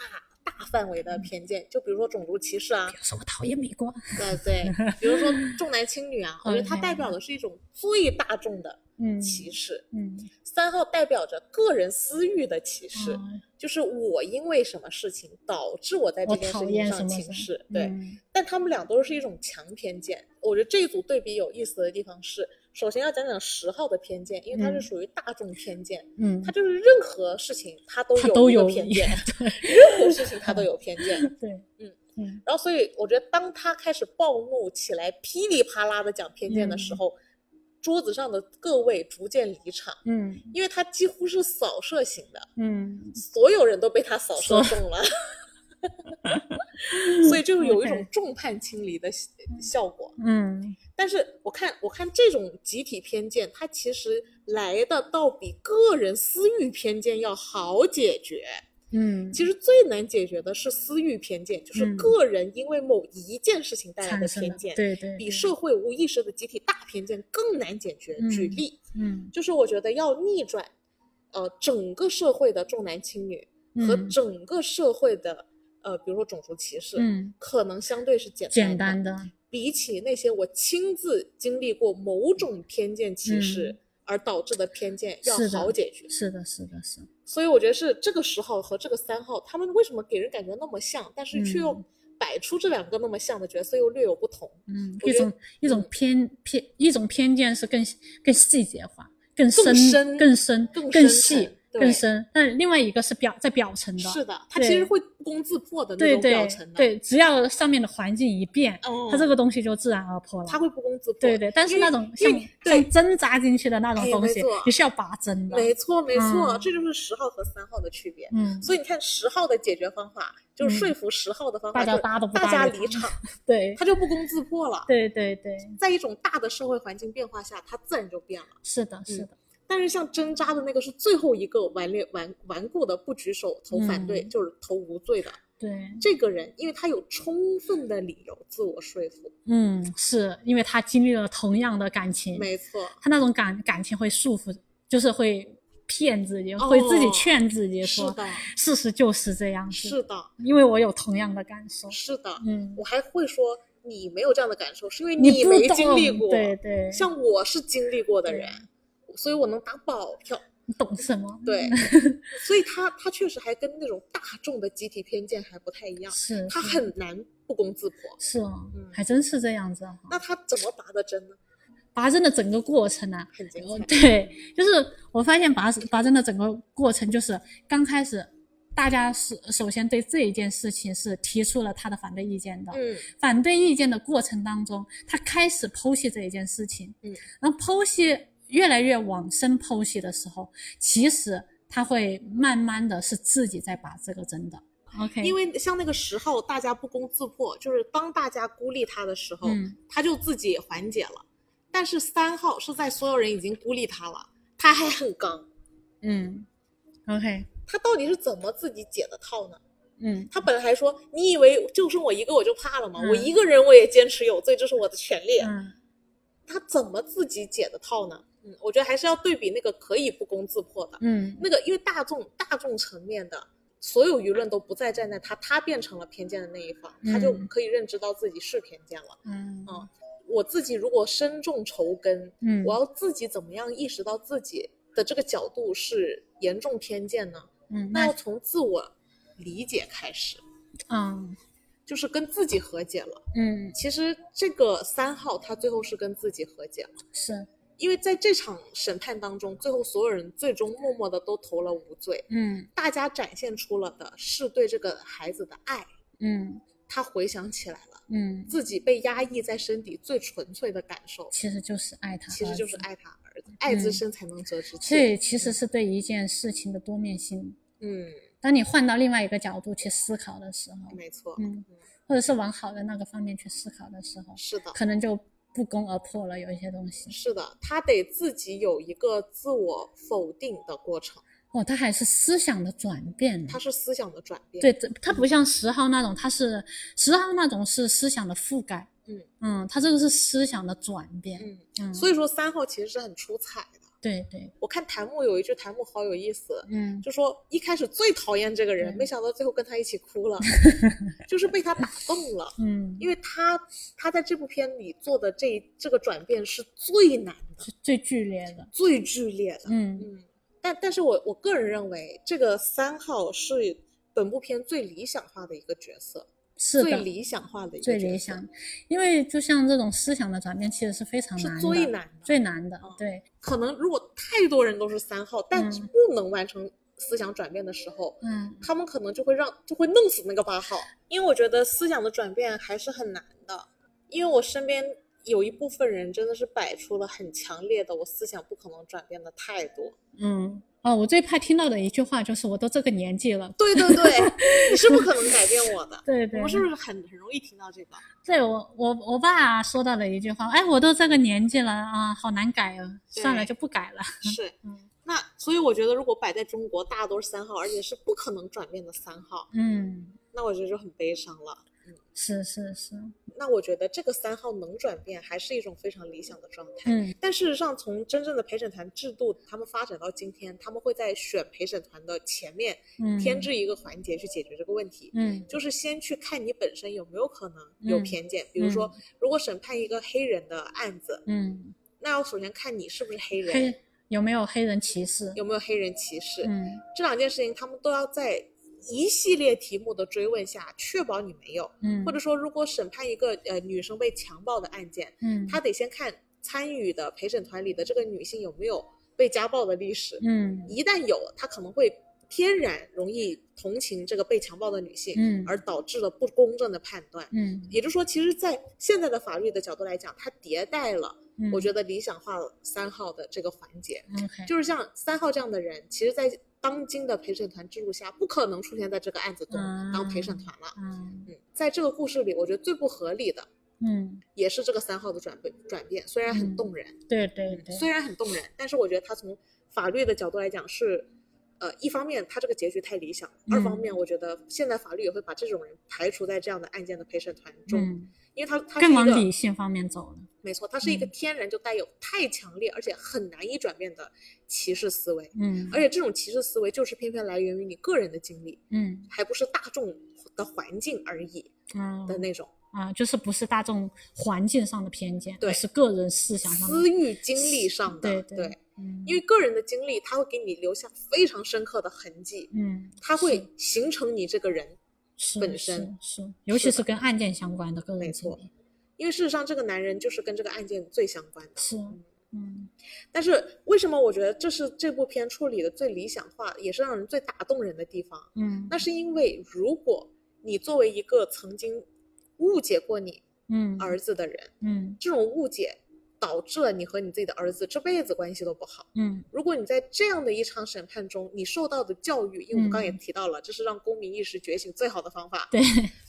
Speaker 1: 大范围的偏见，就比如说种族歧视啊
Speaker 2: 比，如说我讨厌美国，
Speaker 1: 对 对，比如说重男轻女啊，我觉得它
Speaker 2: OK
Speaker 1: 代表的是一种最大众的
Speaker 2: 嗯
Speaker 1: 歧视。
Speaker 2: 嗯
Speaker 1: 三号代表着个人私欲的歧视，
Speaker 2: 嗯
Speaker 1: 就是我因为什么事情导致我在这
Speaker 2: 我
Speaker 1: 件事
Speaker 2: 讨
Speaker 1: 情
Speaker 2: 厌什
Speaker 1: 上
Speaker 2: 么
Speaker 1: 轻
Speaker 2: 什么
Speaker 1: 视，对。
Speaker 2: 嗯
Speaker 1: 但他们俩都是一种强偏见。我觉得这一组对比有意思的地方是，首先要讲讲十号的偏见，因为它是
Speaker 2: 嗯
Speaker 1: 属于大众偏见，
Speaker 2: 嗯，
Speaker 1: 他就是任何事情他都
Speaker 2: 他都
Speaker 1: 有一个
Speaker 2: 有
Speaker 1: 偏见，
Speaker 2: 对
Speaker 1: 任何事情他都有偏见。
Speaker 2: 对，
Speaker 1: 嗯
Speaker 2: 嗯
Speaker 1: 然后，所以我觉得当他开始暴怒起来，噼里啪啦的讲偏见的时候，桌子上的各位逐渐离场，
Speaker 2: 嗯
Speaker 1: 因为他几乎是扫射型的，
Speaker 2: 嗯，
Speaker 1: 所有人都被他扫射中了，所以就有一种
Speaker 2: OK
Speaker 1: 众叛亲离的效果。
Speaker 2: 嗯
Speaker 1: 但是我看，我看这种集体偏见，它其实来的倒比个人私欲偏见要好解决。
Speaker 2: 嗯，
Speaker 1: 其实最难解决的是私欲偏见，就是
Speaker 2: 嗯
Speaker 1: 个人因为某一件事情带来
Speaker 2: 产
Speaker 1: 的
Speaker 2: 生
Speaker 1: 偏
Speaker 2: 了
Speaker 1: 见，
Speaker 2: 对对，
Speaker 1: 比
Speaker 2: 对
Speaker 1: 社会无意识的集体大偏见更难解决。举
Speaker 2: 嗯
Speaker 1: 例，
Speaker 2: 嗯
Speaker 1: 就是我觉得要逆转，呃，整个社会的重男轻女和
Speaker 2: 嗯
Speaker 1: 整个社会的呃，比如说种族歧视，
Speaker 2: 嗯
Speaker 1: 可能相对是简单
Speaker 2: 简
Speaker 1: 的
Speaker 2: 单的，
Speaker 1: 比起那些我亲自经历过某种偏见歧视
Speaker 2: 嗯
Speaker 1: 而导致的偏见要
Speaker 2: 是的
Speaker 1: 好解决。
Speaker 2: 是的是的是的，
Speaker 1: 所以我觉得是这个十号和这个三号，他们为什么给人感觉那么像，但是却又
Speaker 2: 嗯
Speaker 1: 摆出这两个那么像的角色又略有不同？
Speaker 2: 嗯，
Speaker 1: 我
Speaker 2: 一
Speaker 1: 觉得
Speaker 2: 种一种偏偏一种偏见是更更细节化、更
Speaker 1: 更
Speaker 2: 深、
Speaker 1: 深
Speaker 2: 更深、
Speaker 1: 更
Speaker 2: 更
Speaker 1: 深
Speaker 2: 细
Speaker 1: 沉、对
Speaker 2: 更深。但另外一个是表在表层的，
Speaker 1: 是的，他
Speaker 2: 对
Speaker 1: 其实会不攻自破的那
Speaker 2: 对
Speaker 1: 种
Speaker 2: 对
Speaker 1: 表层的，
Speaker 2: 对，只要上面的环境一变，
Speaker 1: 哦
Speaker 2: 它这个东西就自然而破了
Speaker 1: 他。会不攻自破。
Speaker 2: 对对，但是
Speaker 1: 因为
Speaker 2: 那种
Speaker 1: 因
Speaker 2: 像
Speaker 1: 为对
Speaker 2: 像针扎进去的那种
Speaker 1: 哎
Speaker 2: 东
Speaker 1: 没
Speaker 2: 西
Speaker 1: 错，
Speaker 2: 你是要拔针的。
Speaker 1: 没错没错，
Speaker 2: 嗯
Speaker 1: 这就是十号和三号的区别。
Speaker 2: 嗯，
Speaker 1: 所以你看十号的解决方法就是
Speaker 2: 嗯
Speaker 1: 说服十号的方法，
Speaker 2: 大家
Speaker 1: 就是
Speaker 2: 搭都不
Speaker 1: 大
Speaker 2: 搭
Speaker 1: 家
Speaker 2: 理
Speaker 1: 离
Speaker 2: 他
Speaker 1: 场，
Speaker 2: 对
Speaker 1: 他就不攻自破了。
Speaker 2: 对对 对，
Speaker 1: 在一种大的社会环境变化下，它自然就变了。
Speaker 2: 是的，是的，
Speaker 1: 但是像针扎的那个是最后一个顽劣顽顽固的不举手投反对，
Speaker 2: 嗯
Speaker 1: 就是投无罪的
Speaker 2: 对，
Speaker 1: 这个人，因为他有充分的理由自我说服，
Speaker 2: 嗯，是因为他经历了同样的感情，
Speaker 1: 没错，
Speaker 2: 他那种感感情会束缚，就是会骗自己，会自己劝自己
Speaker 1: 哦是
Speaker 2: 说，
Speaker 1: 的，
Speaker 2: 事实就是这样子，
Speaker 1: 是的，
Speaker 2: 因为我有同样的感受，
Speaker 1: 是的，
Speaker 2: 嗯，
Speaker 1: 我还会说你没有这样的感受，是因为
Speaker 2: 不
Speaker 1: 没
Speaker 2: 懂
Speaker 1: 经历过，
Speaker 2: 对 对，
Speaker 1: 像我是经历过的
Speaker 2: 对
Speaker 1: 人，所以我能打保票，
Speaker 2: 你懂什么？
Speaker 1: 对，所以他他确实还跟那种大众的集体偏见还不太一样，
Speaker 2: 是，
Speaker 1: 他
Speaker 2: 是
Speaker 1: 很难不攻自破。
Speaker 2: 是哦
Speaker 1: 嗯，
Speaker 2: 还真是这样子哈、
Speaker 1: 那他怎么拔的针呢？
Speaker 2: 拔针的整个过程啊呢、
Speaker 1: 很精
Speaker 2: 我
Speaker 1: 彩。
Speaker 2: 对， 就是我发现拔拔针的整个过程，就是刚开始大家是首先对这一件事情是提出了他的反对意见的，
Speaker 1: 嗯
Speaker 2: 反对意见的过程当中，他开始剖析这一件事情，
Speaker 1: 嗯，
Speaker 2: 然后剖析越来越往深剖析的时候，其实他会慢慢的是自己在拔这个针的，OK，
Speaker 1: 因
Speaker 2: 为
Speaker 1: 为像那个时候，大家不攻自破，就是当大家孤立他的时候，
Speaker 2: 嗯
Speaker 1: 他就自己缓解了。但是三号是在所有人已经孤立他了，他还很刚。
Speaker 2: 嗯，OK，
Speaker 1: 他到底是怎么自己解的套呢？
Speaker 2: 嗯
Speaker 1: 他本来还说：“你以为就剩我一个我就怕了吗？
Speaker 2: 嗯
Speaker 1: 我一个人我也坚持有罪，这是我的权利。
Speaker 2: 嗯
Speaker 1: 他怎么自己解的套呢？嗯，我觉得还是要对比那个可以不攻自破的，
Speaker 2: 嗯
Speaker 1: 那个因为大众大众层面的所有舆论都不再站在他，他变成了偏见的那一方，他就
Speaker 2: 嗯
Speaker 1: 可以认知到自己是偏见了。
Speaker 2: 嗯
Speaker 1: 哦我自己如果身中仇根，
Speaker 2: 嗯，
Speaker 1: 我要自己怎么样意识到自己的这个角度是严重偏见呢？
Speaker 2: 嗯
Speaker 1: 那
Speaker 2: 那
Speaker 1: 要从自我理解开始，
Speaker 2: 嗯
Speaker 1: 就是跟自己和解了。
Speaker 2: 嗯
Speaker 1: 其实这个三号他最后是跟自己和解了。
Speaker 2: 是
Speaker 1: 因为在这场审判当中，最后所有人最终默默的都投了无罪，
Speaker 2: 嗯
Speaker 1: 大家展现出了的是对这个孩子的爱。
Speaker 2: 嗯
Speaker 1: 他回想起来了，
Speaker 2: 嗯，
Speaker 1: 自己被压抑在身底最纯粹的感受，
Speaker 2: 其实就是爱他，
Speaker 1: 其实就是。爱他儿子，爱之深才能责之
Speaker 2: 嗯所
Speaker 1: 切。
Speaker 2: 以其实是对一件事情的多面性。
Speaker 1: 嗯，
Speaker 2: 当你换到另外一个角度去思考的时候，
Speaker 1: 没错，
Speaker 2: 嗯，或者是往好的那个方面去思考的时候，
Speaker 1: 是的，
Speaker 2: 可能就不攻而破了。有一些东西，
Speaker 1: 是的，他得自己有一个自我否定的过程，
Speaker 2: 哦，他还是思想的转变呢。
Speaker 1: 他是思想的转变。
Speaker 2: 对，这它不像十号那种，它是十号那种是思想的覆盖，
Speaker 1: 嗯
Speaker 2: 嗯，它这个是思想的转变，
Speaker 1: 嗯，
Speaker 2: 嗯，
Speaker 1: 所
Speaker 2: 以
Speaker 1: 以说三号其实是很出彩的。
Speaker 2: 对对，
Speaker 1: 我看弹幕有一句弹幕好有意思，
Speaker 2: 嗯，
Speaker 1: 就说一开始最讨厌这个人，
Speaker 2: 嗯
Speaker 1: 没想到最后跟他一起哭 了，就是被他打动了。
Speaker 2: 嗯，
Speaker 1: 因为他他在这部片里做的这一这个转变是最难的、
Speaker 2: 是最剧烈的，
Speaker 1: 最剧烈的。
Speaker 2: 嗯
Speaker 1: 嗯，但但是我我个人认为，这个三号是本部片最理想化的一个角色，
Speaker 2: 是
Speaker 1: 最
Speaker 2: 的，
Speaker 1: 理想化的一个
Speaker 2: 最
Speaker 1: 角色
Speaker 2: 理想，因为就像这种思想的转变其实是非常
Speaker 1: 是
Speaker 2: 难的，
Speaker 1: 最难的。
Speaker 2: 最难的
Speaker 1: 嗯，
Speaker 2: 对，
Speaker 1: 可能如果太多人都是三号，但
Speaker 2: 嗯
Speaker 1: 不能完成思想转变的时候，
Speaker 2: 嗯，
Speaker 1: 他们可能就会让就会弄死那个八号，因为我觉得思想的转变还是很难的，因为我身边有一部分人真的是摆出了很强烈的我思想不可能转变的态度。
Speaker 2: 嗯。哦，我最怕听到的一句话就是“我都这个年纪了
Speaker 1: 对对对， 你是不可能改变我的”，。
Speaker 2: 对
Speaker 1: 我
Speaker 2: 对，
Speaker 1: 们是不是很很容易听到 这个？
Speaker 2: 对我我我爸说到的一句话，哎，我都这个年纪了啊，好难改哦，
Speaker 1: 对
Speaker 2: 算了就不改了。
Speaker 1: 是
Speaker 2: 嗯，
Speaker 1: 那所以我觉得，如果摆在中国，大家都是三号，而且是不可能转变的三号，
Speaker 2: 嗯，
Speaker 1: 那我觉得就很悲伤了。
Speaker 2: 是是是，
Speaker 1: 那我觉得这个三号能转变，还是一种非常理想的状态。
Speaker 2: 嗯
Speaker 1: 但事实上，从真正的陪审团制度，他们发展到今天，他们会在选陪审团的前面
Speaker 2: 嗯，
Speaker 1: 添置一个环节去解决这个问题，
Speaker 2: 嗯
Speaker 1: 就是先去看你本身有没有可能有
Speaker 2: 嗯
Speaker 1: 偏见。比如说，如果审判一个黑人的案子，
Speaker 2: 嗯，
Speaker 1: 那要首先看你是不是黑人，
Speaker 2: 黑有没有黑人歧视？
Speaker 1: 有没有黑人歧视。
Speaker 2: 嗯
Speaker 1: 这两件事情，他们都要在一系列题目的追问下，确保你没有。
Speaker 2: 嗯，
Speaker 1: 或者说，如果审判一个呃女生被强暴的案件，
Speaker 2: 嗯
Speaker 1: 他得先看参与的陪审团里的这个女性有没有被家暴的历史。
Speaker 2: 嗯
Speaker 1: 一旦有，他可能会天然容易同情这个被强暴的女性，
Speaker 2: 嗯
Speaker 1: 而导致了不公正的判断。
Speaker 2: 嗯，
Speaker 1: 也就是说，其实，在现在的法律的角度来讲，它迭代了，
Speaker 2: 嗯
Speaker 1: 我觉得理想化了三号的这个环节。
Speaker 2: OK，
Speaker 1: 就是像三号这样的人，其实，在当今的陪审团制度下，不可能出现在这个案子中当陪审团了。
Speaker 2: 嗯
Speaker 1: 嗯，在这个故事里，我觉得最不合理的
Speaker 2: 嗯，
Speaker 1: 也是这个三号的转变，转变虽然很
Speaker 2: 嗯
Speaker 1: 动人，
Speaker 2: 对对对，
Speaker 1: 虽然很动人，但是我觉得他从法律的角度来讲是，呃，一方面他这个结局太理想了，二方
Speaker 2: 嗯
Speaker 1: 面我觉得现在法律也会把这种人排除在这样的案件的陪审团中，
Speaker 2: 嗯，
Speaker 1: 因为他他是
Speaker 2: 更往
Speaker 1: 一
Speaker 2: 理
Speaker 1: 个
Speaker 2: 性方面走了。
Speaker 1: 没错，他是一个
Speaker 2: 嗯
Speaker 1: 天然就带有太强烈而且很难以转变的歧视思维，
Speaker 2: 嗯
Speaker 1: 而且这种歧视思维就是偏偏来源于你个人的经历，
Speaker 2: 嗯
Speaker 1: 还不是大众的环境而已
Speaker 2: 啊
Speaker 1: 的那种
Speaker 2: 啊，就是不是大众环境上的偏见，
Speaker 1: 对
Speaker 2: 而是个人思想上
Speaker 1: 私
Speaker 2: 的。
Speaker 1: 域经历上的
Speaker 2: 对对嗯，
Speaker 1: 因为个人的经历，他会给你留下非常深刻的痕迹，
Speaker 2: 嗯，
Speaker 1: 它会形成你这个人。
Speaker 2: 是
Speaker 1: 本身
Speaker 2: 是是，尤其
Speaker 1: 是
Speaker 2: 是跟案件相关的个人
Speaker 1: 没
Speaker 2: 经
Speaker 1: 错
Speaker 2: 历
Speaker 1: 因为事实上，这个男人就是跟这个案件最相关的。
Speaker 2: 是嗯
Speaker 1: 但是为什么我觉得这是这部片处理的最理想化，也是让人最打动人的地方？
Speaker 2: 嗯
Speaker 1: 那是因为如果你作为一个曾经误解过你
Speaker 2: 嗯
Speaker 1: 儿子的人，
Speaker 2: 嗯
Speaker 1: 这种误解导致了你和你自己的儿子这辈子关系都不好。
Speaker 2: 嗯
Speaker 1: 如果你在这样的一场审判中，你受到的教育，因为我们刚刚也
Speaker 2: 嗯
Speaker 1: 提到了，这是让公民意识觉醒最好的方法。
Speaker 2: 对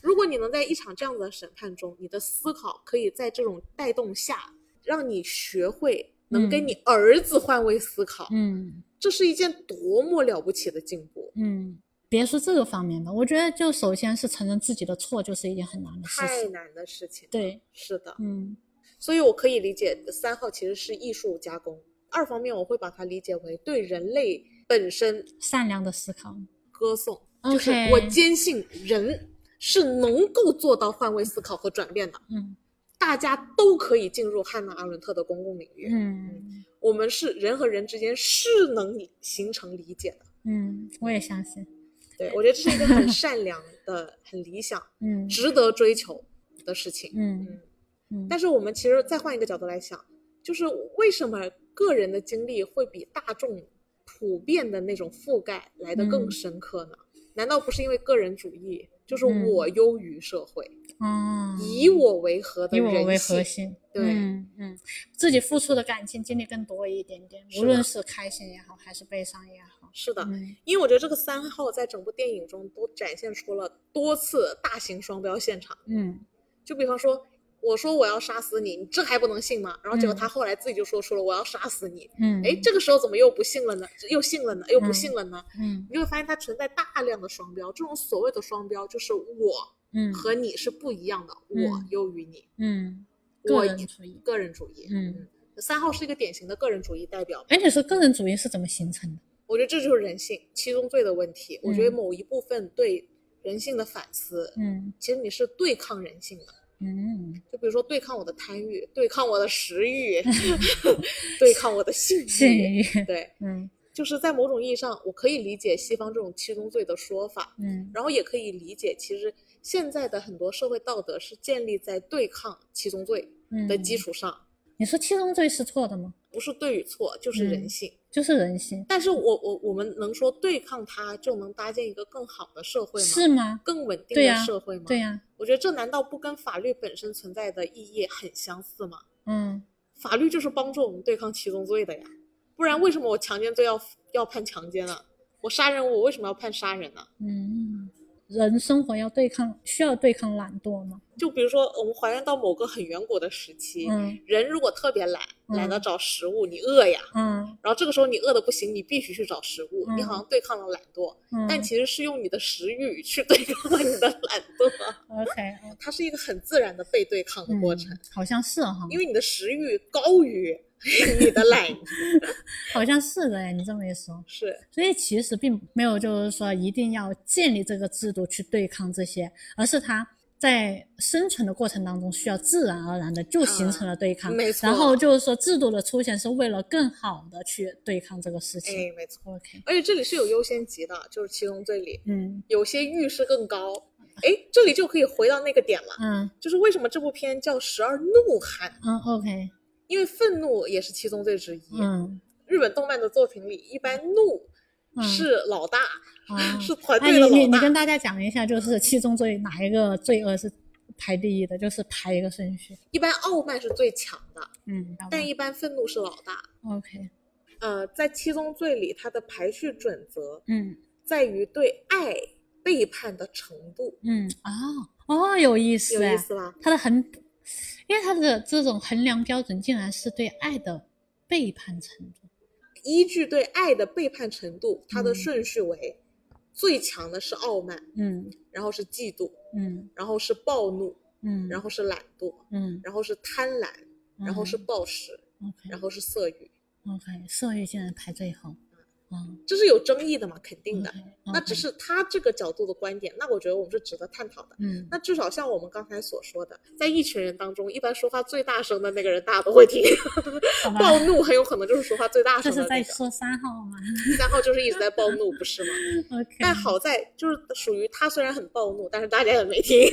Speaker 1: 如果你能在一场这样子的审判中，你的思考可以在这种带动下，让你学会能跟
Speaker 2: 嗯
Speaker 1: 你儿子换位思考，
Speaker 2: 嗯。
Speaker 1: 这是一件多么了不起的进步！
Speaker 2: 嗯，别说这个方面吧，我觉得就首先是承认自己的错，就是一件很难的事
Speaker 1: 太
Speaker 2: 情。
Speaker 1: 难的事情。，
Speaker 2: 对，
Speaker 1: 是的，
Speaker 2: 嗯
Speaker 1: 所以我可以理解三号其实是艺术加工。二方面，我会把它理解为对人类本身
Speaker 2: 善良的思考。
Speaker 1: 歌颂，
Speaker 2: OK
Speaker 1: 就是我坚信人是能够做到换位思考和转变的，
Speaker 2: 嗯
Speaker 1: 大家都可以进入汉娜·阿伦特的公共领域。
Speaker 2: 嗯
Speaker 1: 我们是人和人之间是能形成理解的。
Speaker 2: 嗯，我也相信。
Speaker 1: 对我觉得这是一个很善良的、很理想、
Speaker 2: 嗯
Speaker 1: 值得追求的事情。
Speaker 2: 嗯嗯，
Speaker 1: 但是我们其实再换一个角度来想，就是为什么个人的经历会比大众普遍的那种覆盖来得更
Speaker 2: 嗯
Speaker 1: 深刻呢？难道不是因为个人主义，就是我优于社会，
Speaker 2: 嗯，
Speaker 1: 以我为核的
Speaker 2: 以我为
Speaker 1: 人
Speaker 2: 核
Speaker 1: 性。
Speaker 2: 心，
Speaker 1: 对
Speaker 2: 嗯嗯，自己付出的感情经历更多一点点，
Speaker 1: 是
Speaker 2: 无
Speaker 1: 的
Speaker 2: 论是开心也好，还是悲伤也好，
Speaker 1: 是的，
Speaker 2: 嗯
Speaker 1: 因为我觉得这个三号在整部电影中都展现出了多次大型双标现场。
Speaker 2: 嗯
Speaker 1: 就比方说，我说我要杀死你，你这还不能信吗？然后结果
Speaker 2: 嗯
Speaker 1: 他后来自己就说出了我要杀死你，
Speaker 2: 嗯，
Speaker 1: 哎，这个时候怎么又不信了呢？又信了呢？又不
Speaker 2: 嗯
Speaker 1: 信了呢？
Speaker 2: 嗯
Speaker 1: 你就会发现它存在大量的双标。这种所谓的双标，就是我
Speaker 2: 嗯
Speaker 1: 和你是不一样的，我
Speaker 2: 嗯
Speaker 1: 优于你，
Speaker 2: 嗯，
Speaker 1: 我
Speaker 2: 个人主义，
Speaker 1: 个人主义。
Speaker 2: 嗯，
Speaker 1: 三号是一个典型的个人主义代表。
Speaker 2: 哎，你说个人主义是怎么形成的？
Speaker 1: 我觉得这就是人性七宗罪的问题。我觉得
Speaker 2: 嗯
Speaker 1: 某一部分对人性的反思，
Speaker 2: 嗯
Speaker 1: 其实你是对抗人性的。
Speaker 2: 嗯，
Speaker 1: 就比如说对抗我的贪欲，对抗我的食 欲， 对抗我的性欲。
Speaker 2: 性欲，
Speaker 1: 对，
Speaker 2: 嗯
Speaker 1: 就是在某种意义上，我可以理解西方这种七宗罪的说法，
Speaker 2: 嗯
Speaker 1: 然后也可以理解，其实现在的很多社会道德是建立在对抗七宗罪
Speaker 2: 嗯
Speaker 1: 的基。础上，
Speaker 2: 你说七宗罪是错的吗？
Speaker 1: 不是对与错，就是人
Speaker 2: 嗯
Speaker 1: 性。
Speaker 2: 就是人性，
Speaker 1: 但是我我我们能说对抗它就能搭建一个更好的社会吗？
Speaker 2: 是吗？
Speaker 1: 更稳定
Speaker 2: 对
Speaker 1: 的
Speaker 2: 呀
Speaker 1: 社会吗？
Speaker 2: 对呀，
Speaker 1: 我觉得这难道不跟法律本身存在的意义很相似吗？
Speaker 2: 嗯
Speaker 1: 法律就是帮助我们对抗七宗罪的呀，不然为什么我强奸罪要要判强奸啊？我杀人我为什么要判杀人呢、
Speaker 2: 嗯，人生活要对抗，需要对抗懒惰吗？
Speaker 1: 就比如说我们还原到某个很远古的时期，
Speaker 2: 嗯
Speaker 1: 人如果特别懒，
Speaker 2: 嗯
Speaker 1: 懒得找食物，你饿呀，
Speaker 2: 嗯
Speaker 1: 然后这个时候你饿的不行，你必须去找食物，
Speaker 2: 嗯
Speaker 1: 你好像对抗了懒惰，
Speaker 2: 嗯，
Speaker 1: 但其实是用你的食欲去对抗了你的懒惰，
Speaker 2: OK，
Speaker 1: 它是一个很自然的被对抗的过程，
Speaker 2: 嗯、好像是哈，
Speaker 1: 因为你的食欲高于 你的懒，
Speaker 2: 好像是的哎，你这么一说，
Speaker 1: 是
Speaker 2: 所以其实并没有就是说一定要建立这个制度去对抗这些，而是它在生存的过程当中需要自然而然的就形成了对抗，
Speaker 1: 啊没错。
Speaker 2: 然后就是说制度的出现是为了更好的去对抗这个事情。
Speaker 1: 哎，没错。
Speaker 2: OK，
Speaker 1: 而且这里是有优先级的，就是七宗罪里
Speaker 2: 嗯
Speaker 1: 有些预示更高。哎，这里就可以回到那个点了，
Speaker 2: 嗯
Speaker 1: 就是为什么这部片叫《十二怒汉》，
Speaker 2: 嗯，OK，
Speaker 1: 因为愤怒也是七宗罪之一。
Speaker 2: 嗯
Speaker 1: 日本动漫的作品里，一般怒
Speaker 2: 嗯
Speaker 1: 是老大，
Speaker 2: 啊，
Speaker 1: 是团
Speaker 2: 哎，
Speaker 1: 队
Speaker 2: 你
Speaker 1: 的
Speaker 2: 你
Speaker 1: 老
Speaker 2: 你跟
Speaker 1: 大。
Speaker 2: 大家讲一下，就是七宗罪哪一个罪恶是排第一的，就是排一个顺序。
Speaker 1: 一般傲慢是最强的，
Speaker 2: 嗯，
Speaker 1: 但一般愤怒是老大。
Speaker 2: OK，
Speaker 1: 呃，在七宗罪里，它的排序准则
Speaker 2: 嗯
Speaker 1: 在于对爱背叛的程度，
Speaker 2: 嗯，哦哦，有意
Speaker 1: 有
Speaker 2: 思哎
Speaker 1: 意，思吧？
Speaker 2: 他的衡，因为他的这种衡量标准竟然是对爱的背叛程度。
Speaker 1: 依据对爱的背叛程度，它的
Speaker 2: 嗯
Speaker 1: 顺序为：最强的是傲慢，
Speaker 2: 嗯
Speaker 1: 然后是嫉妒，
Speaker 2: 嗯
Speaker 1: 然后是暴怒，
Speaker 2: 嗯，
Speaker 1: 然
Speaker 2: 后
Speaker 1: 后是懒惰，
Speaker 2: 嗯，
Speaker 1: 然后是贪婪，然后是暴食，
Speaker 2: OK
Speaker 1: 然后是色欲。
Speaker 2: OK，色欲竟然排最后，嗯，
Speaker 1: 这是有争议的嘛？肯定的。那只
Speaker 2: OK，
Speaker 1: 是他这个角度的观点，那我觉得我们是值得探讨的。
Speaker 2: 嗯
Speaker 1: 那至少像我们刚才所说的，在一群人当中，一般说话最大声的那个人，大家都会 听。
Speaker 2: 好吧，
Speaker 1: 暴怒很有可能就是说话最大
Speaker 2: 这
Speaker 1: 声的那
Speaker 2: 是在
Speaker 1: 个。
Speaker 2: 说三号吗
Speaker 1: 三号就是一直在暴怒，不 是吗？
Speaker 2: ？OK，
Speaker 1: 但好在就是属于他虽然很暴怒，但是大家也没听，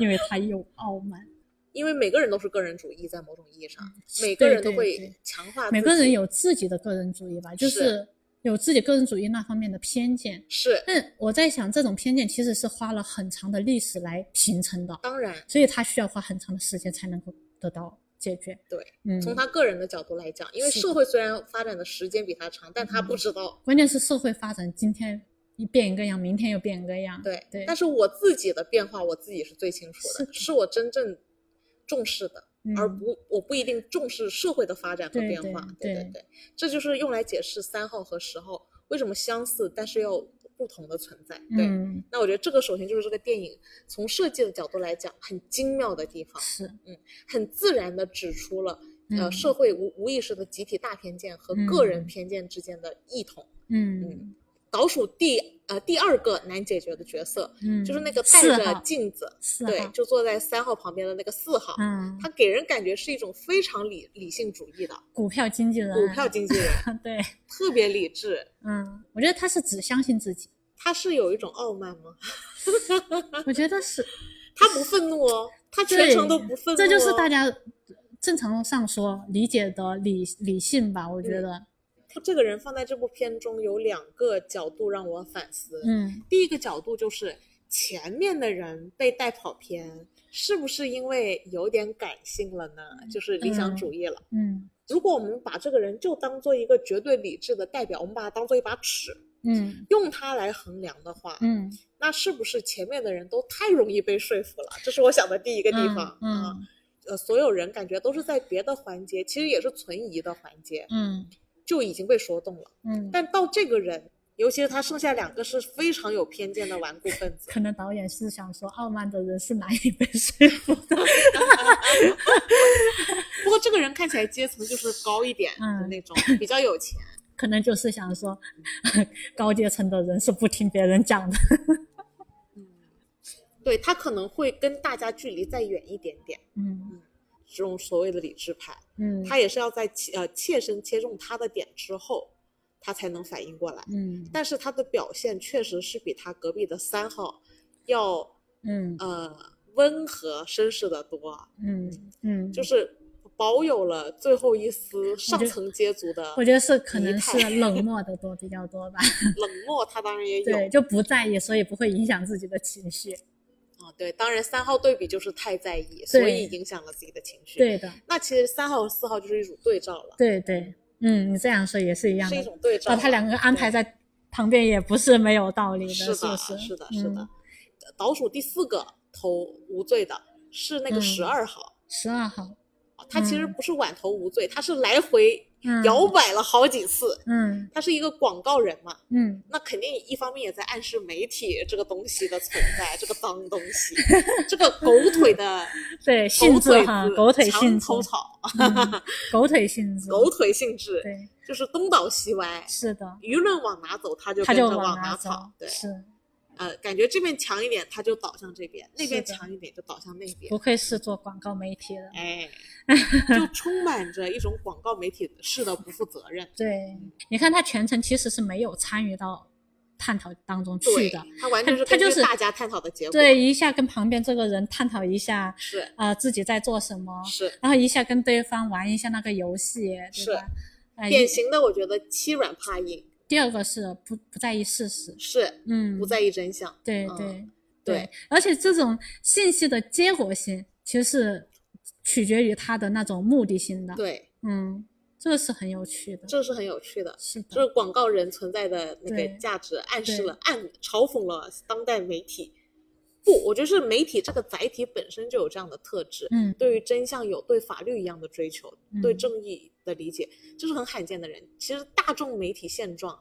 Speaker 2: 因为他有傲慢，
Speaker 1: 因为每个人都是个人主义，在某种意义上， 每个
Speaker 2: 嗯对
Speaker 1: 人都
Speaker 2: 对
Speaker 1: 会
Speaker 2: 对
Speaker 1: 强化
Speaker 2: 每
Speaker 1: 自
Speaker 2: 个人
Speaker 1: 己
Speaker 2: 有自己的个人主义吧，就是是有自己个人主义那方面的偏见。
Speaker 1: 是
Speaker 2: 但我在想，这种偏见其实是花了很长的历史来形成的，
Speaker 1: 当然，
Speaker 2: 所以它需要花很长的时间才能够得到解决。
Speaker 1: 对，
Speaker 2: 嗯，
Speaker 1: 从他个人的角度来讲，因为
Speaker 2: 是嗯
Speaker 1: 社会虽然发展的时间比他长，但他不知道。
Speaker 2: 关键是社会发展，今天一变一个样，明天又变一个样。
Speaker 1: 对，
Speaker 2: 对，
Speaker 1: 但
Speaker 2: 是
Speaker 1: 是我自己的变化，我自己是最清楚
Speaker 2: 是
Speaker 1: 的，
Speaker 2: 的
Speaker 1: 是我真正重视的，而
Speaker 2: 嗯
Speaker 1: 不我不一定重视社会的发展和
Speaker 2: 对
Speaker 1: 变
Speaker 2: 对
Speaker 1: 化。对
Speaker 2: 对
Speaker 1: 对对，这就是用来解释三号和十号为什么相似，但是又不同的存在。对，
Speaker 2: 嗯，
Speaker 1: 那我觉得这个首先就是这个电影从设计的角度来讲很精妙的地方，
Speaker 2: 是
Speaker 1: 很自然的指出了呃
Speaker 2: 嗯
Speaker 1: 社会无无意识的集体大偏见和
Speaker 2: 嗯
Speaker 1: 个人偏见之间的异同。
Speaker 2: 嗯
Speaker 1: 倒数第呃第二个难解决的角色
Speaker 2: 嗯，
Speaker 1: 就是那个戴
Speaker 2: 四
Speaker 1: 着
Speaker 2: 号
Speaker 1: 镜子，
Speaker 2: 四号，
Speaker 1: 对，就坐在三号旁边的那个四号，
Speaker 2: 嗯，
Speaker 1: 他给人感觉是一种非常理理性主义的
Speaker 2: 股票经纪人，啊
Speaker 1: 股票，经纪人，
Speaker 2: 对，
Speaker 1: 特别理智。
Speaker 2: 嗯，我觉得他是只相信自己，
Speaker 1: 他是有一种傲慢吗？ 啊
Speaker 2: 我觉得是。
Speaker 1: 他不愤怒哦，他全
Speaker 2: 对，
Speaker 1: 程都不愤怒、哦，
Speaker 2: 这就是大家正常上说理解的理理性吧，我觉得，
Speaker 1: 他这个人放在这部片中有两个角度让我反思。
Speaker 2: 嗯
Speaker 1: 第一个角度就是前面的人被带跑偏，是不是因为有点感性了呢？就是理想主义了。
Speaker 2: 嗯
Speaker 1: 如果我们把这个人就当做一个绝对理智的代表，我们把他当做一把尺，
Speaker 2: 嗯
Speaker 1: 用它来衡量的话，
Speaker 2: 嗯，
Speaker 1: 那是不是前面的人都太容易被说服了？这是我想的第一个地方。啊
Speaker 2: 嗯
Speaker 1: 呃，所有人感觉都是在别的环节，其实也是存疑的环节，
Speaker 2: 嗯
Speaker 1: 就已经被说动了。
Speaker 2: 嗯，
Speaker 1: 但到这个人，尤其是他剩下两个是非常有偏见的顽固分子，
Speaker 2: 可能导演是想说，傲慢的人是难以被说服的。
Speaker 1: 不过这个人看起来阶层就是高一点的
Speaker 2: 嗯
Speaker 1: 那种，比较有钱。
Speaker 2: 可能就是想说，高阶层的人是不听别人讲的。
Speaker 1: 对他可能会跟大家距离再远一点点，
Speaker 2: 嗯
Speaker 1: 这种所谓的理智派，
Speaker 2: 嗯
Speaker 1: 他也是要在切呃切身切中他的点之后，他才能反应过来。
Speaker 2: 嗯
Speaker 1: 但是他的表现确实是比他隔壁的三号要
Speaker 2: 嗯
Speaker 1: 呃温和绅士的多，
Speaker 2: 嗯嗯，
Speaker 1: 就是保有了最后一丝上层阶族的
Speaker 2: 我觉得是可能
Speaker 1: 仪
Speaker 2: 是
Speaker 1: 态
Speaker 2: 冷漠的多比较多吧，
Speaker 1: 冷漠，他当然也 有
Speaker 2: 对，就不在意，所以不会影响自己的情绪。
Speaker 1: 啊、对，当然三号对比就是太在意，所以影响了自己的情绪。，
Speaker 2: 对的，
Speaker 1: 那其实三号和四号就是一种对照了，
Speaker 2: 对对，嗯，你这样说也是一样
Speaker 1: 是一
Speaker 2: 的。
Speaker 1: 种对照
Speaker 2: 把
Speaker 1: 了。
Speaker 2: 他两个安排在旁边也不是没有道理
Speaker 1: 是
Speaker 2: 的，
Speaker 1: 的，
Speaker 2: 不
Speaker 1: 是
Speaker 2: 是？
Speaker 1: 的，是的
Speaker 2: 嗯。。
Speaker 1: 倒数第四个投无罪的是那个
Speaker 2: 嗯
Speaker 1: 十二号。啊
Speaker 2: 十二号，
Speaker 1: 他其实
Speaker 2: 嗯
Speaker 1: 不是晚投无罪，他是来回
Speaker 2: 嗯
Speaker 1: 摇摆了好几次。
Speaker 2: 嗯
Speaker 1: 他是一个广告人嘛，
Speaker 2: 嗯
Speaker 1: 那肯定一方面也在暗示媒体这个东西的存在，这个脏东 西，这个狗腿的
Speaker 2: 对，
Speaker 1: 狗
Speaker 2: 性质
Speaker 1: 腿
Speaker 2: 哈
Speaker 1: 子，
Speaker 2: 狗腿性
Speaker 1: 墙
Speaker 2: 质，
Speaker 1: 头草，啊
Speaker 2: 嗯狗腿性质，
Speaker 1: 狗腿性质，
Speaker 2: 对，
Speaker 1: 就是东倒西歪，
Speaker 2: 是的，
Speaker 1: 舆论往哪走，他就
Speaker 2: 他
Speaker 1: 跟
Speaker 2: 就
Speaker 1: 着往
Speaker 2: 哪
Speaker 1: 跑。对，
Speaker 2: 是
Speaker 1: 呃，感觉这边强一点，他就倒向这边；那边
Speaker 2: 是的
Speaker 1: 强一点，就倒向那边
Speaker 2: 不。愧是做广告媒体的，
Speaker 1: 哎，就充满着一种广告媒体式的不负责任。
Speaker 2: 对，
Speaker 1: 嗯
Speaker 2: 你看他全程其实是没有参与到探讨当中去
Speaker 1: 对
Speaker 2: 的，，
Speaker 1: 他完全是
Speaker 2: 他他
Speaker 1: 根
Speaker 2: 就
Speaker 1: 据
Speaker 2: 是
Speaker 1: 大家探讨的结果。
Speaker 2: 对，，一下跟旁边这个人探讨一下，
Speaker 1: 是
Speaker 2: 呃，自己在做什么，
Speaker 1: 是。
Speaker 2: 然后一下跟对方玩一下那个游戏，
Speaker 1: 是
Speaker 2: 对吧？哎，
Speaker 1: 典型的，我觉得欺软怕硬，
Speaker 2: 第二个是不不在意事实，
Speaker 1: 是
Speaker 2: 嗯，
Speaker 1: 不在意真相。
Speaker 2: 对
Speaker 1: 嗯
Speaker 2: 对、
Speaker 1: 对，
Speaker 2: 而且这种信息的结果性其实是取决于他的那种目的性的，，
Speaker 1: 对，
Speaker 2: 嗯，这个是很有趣的，
Speaker 1: 这是很有趣的，
Speaker 2: 是
Speaker 1: 这
Speaker 2: 的，
Speaker 1: 是广告人存在的那个
Speaker 2: 对
Speaker 1: 价值，暗示
Speaker 2: 对
Speaker 1: 了、暗嘲讽了当代媒体。不，我觉得是媒体这个载体本身就有这样的特质，
Speaker 2: 嗯
Speaker 1: 对于真相有对法律一样的追求，
Speaker 2: 嗯
Speaker 1: 对正义的理解，这是很罕见的人。其实大众媒体现状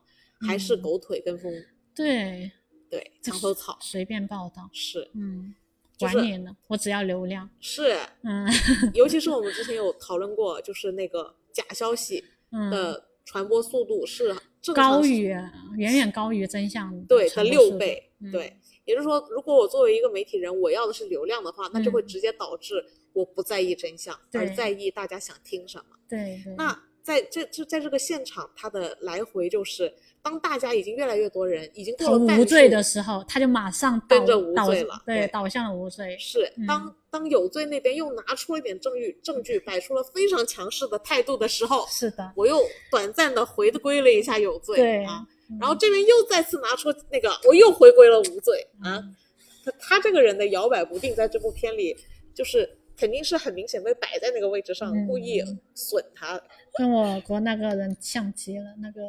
Speaker 1: 还是
Speaker 2: 嗯
Speaker 1: 狗腿跟风，
Speaker 2: 对，
Speaker 1: 对
Speaker 2: 就
Speaker 1: 墙头草
Speaker 2: 随便报道，
Speaker 1: 是
Speaker 2: 嗯，
Speaker 1: 就是
Speaker 2: 管你呢，我只要流量，
Speaker 1: 是，
Speaker 2: 嗯
Speaker 1: 尤其是我们之前有讨论过，就是那个假消息
Speaker 2: 嗯，
Speaker 1: 的传播速度是正常
Speaker 2: 高于远远高于真相的
Speaker 1: 对的
Speaker 2: 传播速
Speaker 1: 六
Speaker 2: 度
Speaker 1: 倍，
Speaker 2: 嗯
Speaker 1: 对。也就是说，如果我作为一个媒体人，我要的是流量的话，那就会
Speaker 2: 嗯
Speaker 1: 直接导致我不在意真相，而
Speaker 2: 对
Speaker 1: 在意大家想听什么。
Speaker 2: 对对，
Speaker 1: 那在这就在这个现场，它的来回就是，当大家已经越来越多人已经过
Speaker 2: 投
Speaker 1: 了半
Speaker 2: 无罪
Speaker 1: 数
Speaker 2: 的时候，他就马上
Speaker 1: 跟
Speaker 2: 倒
Speaker 1: 着无
Speaker 2: 倒
Speaker 1: 罪了对
Speaker 2: 对，倒向了无罪，
Speaker 1: 是
Speaker 2: 嗯
Speaker 1: 当当有罪那边又拿出了一点证据，证据摆出了非常强势的态度的时候，
Speaker 2: 是的，
Speaker 1: 我又短暂的回归了一下有罪
Speaker 2: 对嗯
Speaker 1: 啊，然后这边又再次拿出那个，我又回归了无罪啊。
Speaker 2: 嗯
Speaker 1: 他他这个人的摇摆不定，在这部片里就是肯定是很明显被摆在那个位置上，
Speaker 2: 嗯
Speaker 1: 故意损他。
Speaker 2: 跟我国那个人像极了，那个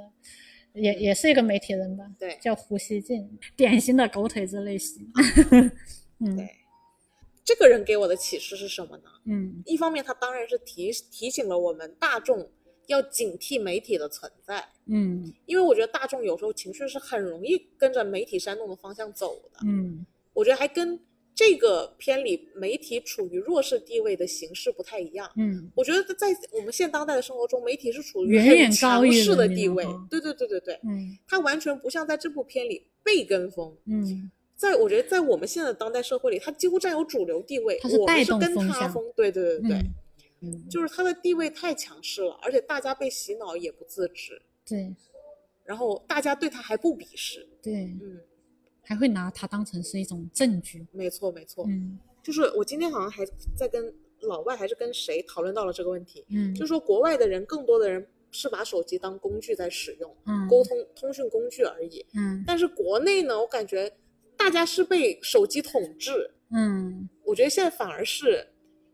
Speaker 2: 也也是一个媒体人吧，
Speaker 1: 嗯对
Speaker 2: 叫胡锡进，典型的狗腿子类型。 嗯
Speaker 1: 对这个人给我的启示是什么呢？
Speaker 2: 嗯
Speaker 1: 一方面，他当然是提提醒了我们大众要警惕媒体的存在，
Speaker 2: 嗯
Speaker 1: 因为我觉得大众有时候情绪是很容易跟着媒体煽动的方向走的。
Speaker 2: 嗯
Speaker 1: 我觉得还跟这个片里媒体处于弱势地位的形式不太一样。
Speaker 2: 嗯，
Speaker 1: 我觉得在我们现当代的生活中，媒体是处于
Speaker 2: 远
Speaker 1: 很
Speaker 2: 远
Speaker 1: 强
Speaker 2: 高于
Speaker 1: 势的
Speaker 2: 人民
Speaker 1: 地
Speaker 2: 了
Speaker 1: 位
Speaker 2: 哈。
Speaker 1: 对对对对对，
Speaker 2: 嗯
Speaker 1: 它完全不像在这部片里被跟风。
Speaker 2: 嗯
Speaker 1: 在我觉得，在我们现在的当代社会里，它几乎占有主流地位。
Speaker 2: 它是
Speaker 1: 我们
Speaker 2: 带
Speaker 1: 是
Speaker 2: 动
Speaker 1: 跟
Speaker 2: 风
Speaker 1: 他
Speaker 2: 向
Speaker 1: 风，对对对对，
Speaker 2: 嗯嗯，
Speaker 1: 就是它的地位太强势了，而且大家被洗脑也不自知，
Speaker 2: 对
Speaker 1: 然后大家对他还不鄙视。
Speaker 2: 对，
Speaker 1: 嗯，
Speaker 2: 还会拿它当成是一种证据。
Speaker 1: 没错没错，
Speaker 2: 嗯
Speaker 1: 就是我今天好像还在跟老外还是跟谁讨论到了这个问题，
Speaker 2: 嗯
Speaker 1: 就是说国外的人更多的人是把手机当工具在使用，
Speaker 2: 嗯
Speaker 1: 沟通通讯工具而已。
Speaker 2: 嗯
Speaker 1: 但是国内呢，我感觉大大家是被手机统治，
Speaker 2: 嗯
Speaker 1: 我觉得现在反而是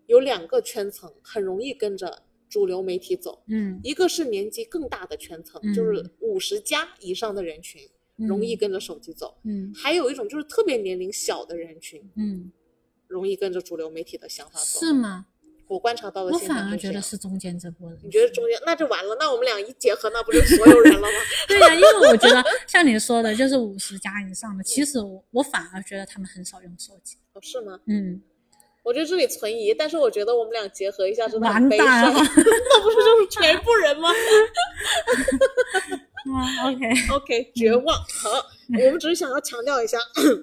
Speaker 1: 有两个圈层很容易跟着主流媒体走，
Speaker 2: 嗯
Speaker 1: 一个是年纪更大的圈层，就是
Speaker 2: 嗯
Speaker 1: 五十加以上的人群容易跟着手机走，
Speaker 2: 嗯
Speaker 1: 还有一种就是特别年龄小的人群
Speaker 2: 嗯，
Speaker 1: 容易跟着主流媒体的想法走。
Speaker 2: 是吗？
Speaker 1: 我观察到的
Speaker 2: 我
Speaker 1: 啊现象
Speaker 2: 反而
Speaker 1: 就
Speaker 2: 觉
Speaker 1: 这
Speaker 2: 得
Speaker 1: 样
Speaker 2: 是中间这波人。
Speaker 1: 你觉得中间那就完了，那我们俩一结合，那不就所有人了吗？
Speaker 2: 对呀、因为我觉得像你说的，就是五十加以上的，其实我我反而觉得他们很少用手机。
Speaker 1: 哦是吗？
Speaker 2: 嗯，
Speaker 1: 我觉得这里存疑，但是我觉得我们俩结合一下真的很
Speaker 2: 完
Speaker 1: 悲
Speaker 2: 蛋
Speaker 1: 伤，
Speaker 2: 了。
Speaker 1: 那不是就是全部人吗
Speaker 2: 啊 OK，
Speaker 1: 嗯？OK，绝望。好，我们只是想要强调一下，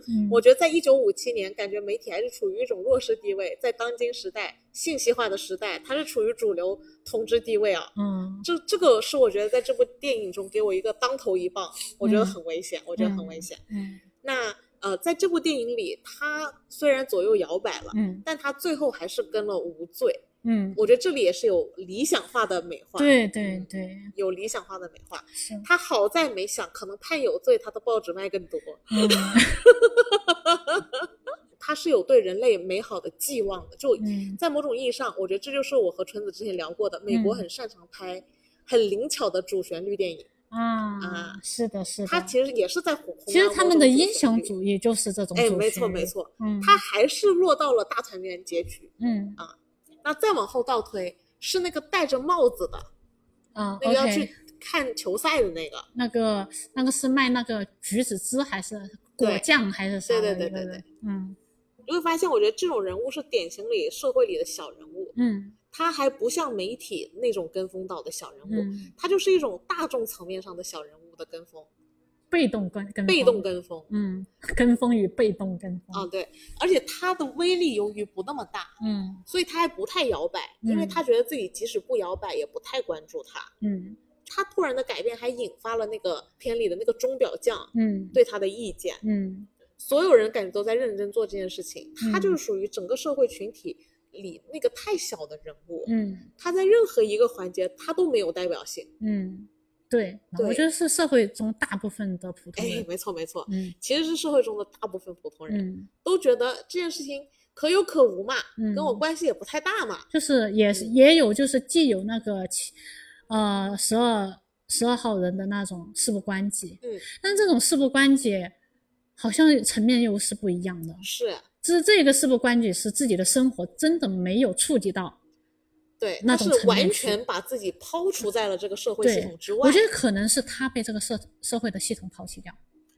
Speaker 2: 嗯
Speaker 1: 我觉得在一九五七年，感觉媒体还是处于一种弱势地位，在当今时代信息化的时代，它是处于主流统治地位啊。
Speaker 2: 嗯
Speaker 1: 这这个是我觉得在这部电影中给我一个当头一棒，我觉得
Speaker 2: 嗯
Speaker 1: 很危险，我觉得很
Speaker 2: 嗯
Speaker 1: 危险。
Speaker 2: 嗯
Speaker 1: 那呃，在这部电影里，他虽然左右摇摆了，
Speaker 2: 嗯
Speaker 1: 但他最后还是跟了无罪。
Speaker 2: 嗯，
Speaker 1: 我觉得这里也是有理想化的美化，
Speaker 2: 对
Speaker 1: 嗯
Speaker 2: 对对，
Speaker 1: 有理想化的美化。
Speaker 2: 是。
Speaker 1: 他好在没想，可能判有罪，他的报纸卖更多。
Speaker 2: 嗯
Speaker 1: 他是有对人类美好的寄望的，就
Speaker 2: 嗯
Speaker 1: 在某种意义上，我觉得这就是我和春子之前聊过的，美国
Speaker 2: 嗯
Speaker 1: 很擅长拍很灵巧的主旋律电影，
Speaker 2: 啊
Speaker 1: 啊，
Speaker 2: 是的，是的。
Speaker 1: 他其实也是在啊弘
Speaker 2: 其实他们的英雄
Speaker 1: 义。
Speaker 2: 主义就是这种主
Speaker 1: 哎，
Speaker 2: 旋律。
Speaker 1: 没错没。错，
Speaker 2: 嗯，
Speaker 1: 他啊还是落到了大团圆结局。
Speaker 2: 嗯
Speaker 1: 那再往后倒推，是那个戴着帽子的，
Speaker 2: 啊
Speaker 1: 那个要
Speaker 2: ，OK，
Speaker 1: 去看球赛的那个。
Speaker 2: 那个那个是卖那个橘子汁还是果
Speaker 1: 对
Speaker 2: 酱还是啥
Speaker 1: 对
Speaker 2: 的？
Speaker 1: 对对对
Speaker 2: 对。嗯
Speaker 1: 你会发现，我觉得这种人物是典型里社会里的小人物，
Speaker 2: 嗯
Speaker 1: 他还不像媒体那种跟风到的小人物，
Speaker 2: 嗯，
Speaker 1: 他就是一种大众层面上的小人物的跟风，
Speaker 2: 被动跟跟
Speaker 1: 被
Speaker 2: 风
Speaker 1: 动跟风。
Speaker 2: 嗯，跟风与被动跟风。
Speaker 1: 啊，对，而且他的威力由于不那么大，
Speaker 2: 嗯
Speaker 1: 所以他还不太摇摆，因为
Speaker 2: 嗯
Speaker 1: 他觉得自己即使不摇摆，也不太关注他。
Speaker 2: 嗯
Speaker 1: 他突然的改变还引发了那个片里的那个钟表匠
Speaker 2: 嗯，
Speaker 1: 对他的意见，
Speaker 2: 嗯
Speaker 1: 所有人感觉都在认真做这件事情，他
Speaker 2: 嗯
Speaker 1: 就是属于整个社会群体里那个太小的人物，
Speaker 2: 嗯
Speaker 1: 他在任何一个环节他都没有代表性。
Speaker 2: 嗯，对，
Speaker 1: 对
Speaker 2: 我觉得是社会中大部分的普通
Speaker 1: 哎
Speaker 2: 人，。
Speaker 1: 没错没错，
Speaker 2: 嗯
Speaker 1: 其实是社会中的大部分普通人、
Speaker 2: 嗯，
Speaker 1: 都觉得这件事情可有可无嘛，
Speaker 2: 嗯
Speaker 1: 跟我关系也不太大嘛。
Speaker 2: 就是也
Speaker 1: 嗯
Speaker 2: 是也有就是既有那个其，呃十二十二号人的那种事不关己，
Speaker 1: 嗯，
Speaker 2: 但这种事不关己好像层面又是不一样的。
Speaker 1: 是
Speaker 2: 这这个事不关己是自己的生活真的没有触及到，
Speaker 1: 对，
Speaker 2: 那
Speaker 1: 他
Speaker 2: 种
Speaker 1: 是
Speaker 2: 层
Speaker 1: 完
Speaker 2: 面
Speaker 1: 全
Speaker 2: 去
Speaker 1: 把自己抛除在了这个社会系
Speaker 2: 对
Speaker 1: 统之，外
Speaker 2: 我觉。得可能是他被这个社社会的系统抛弃掉。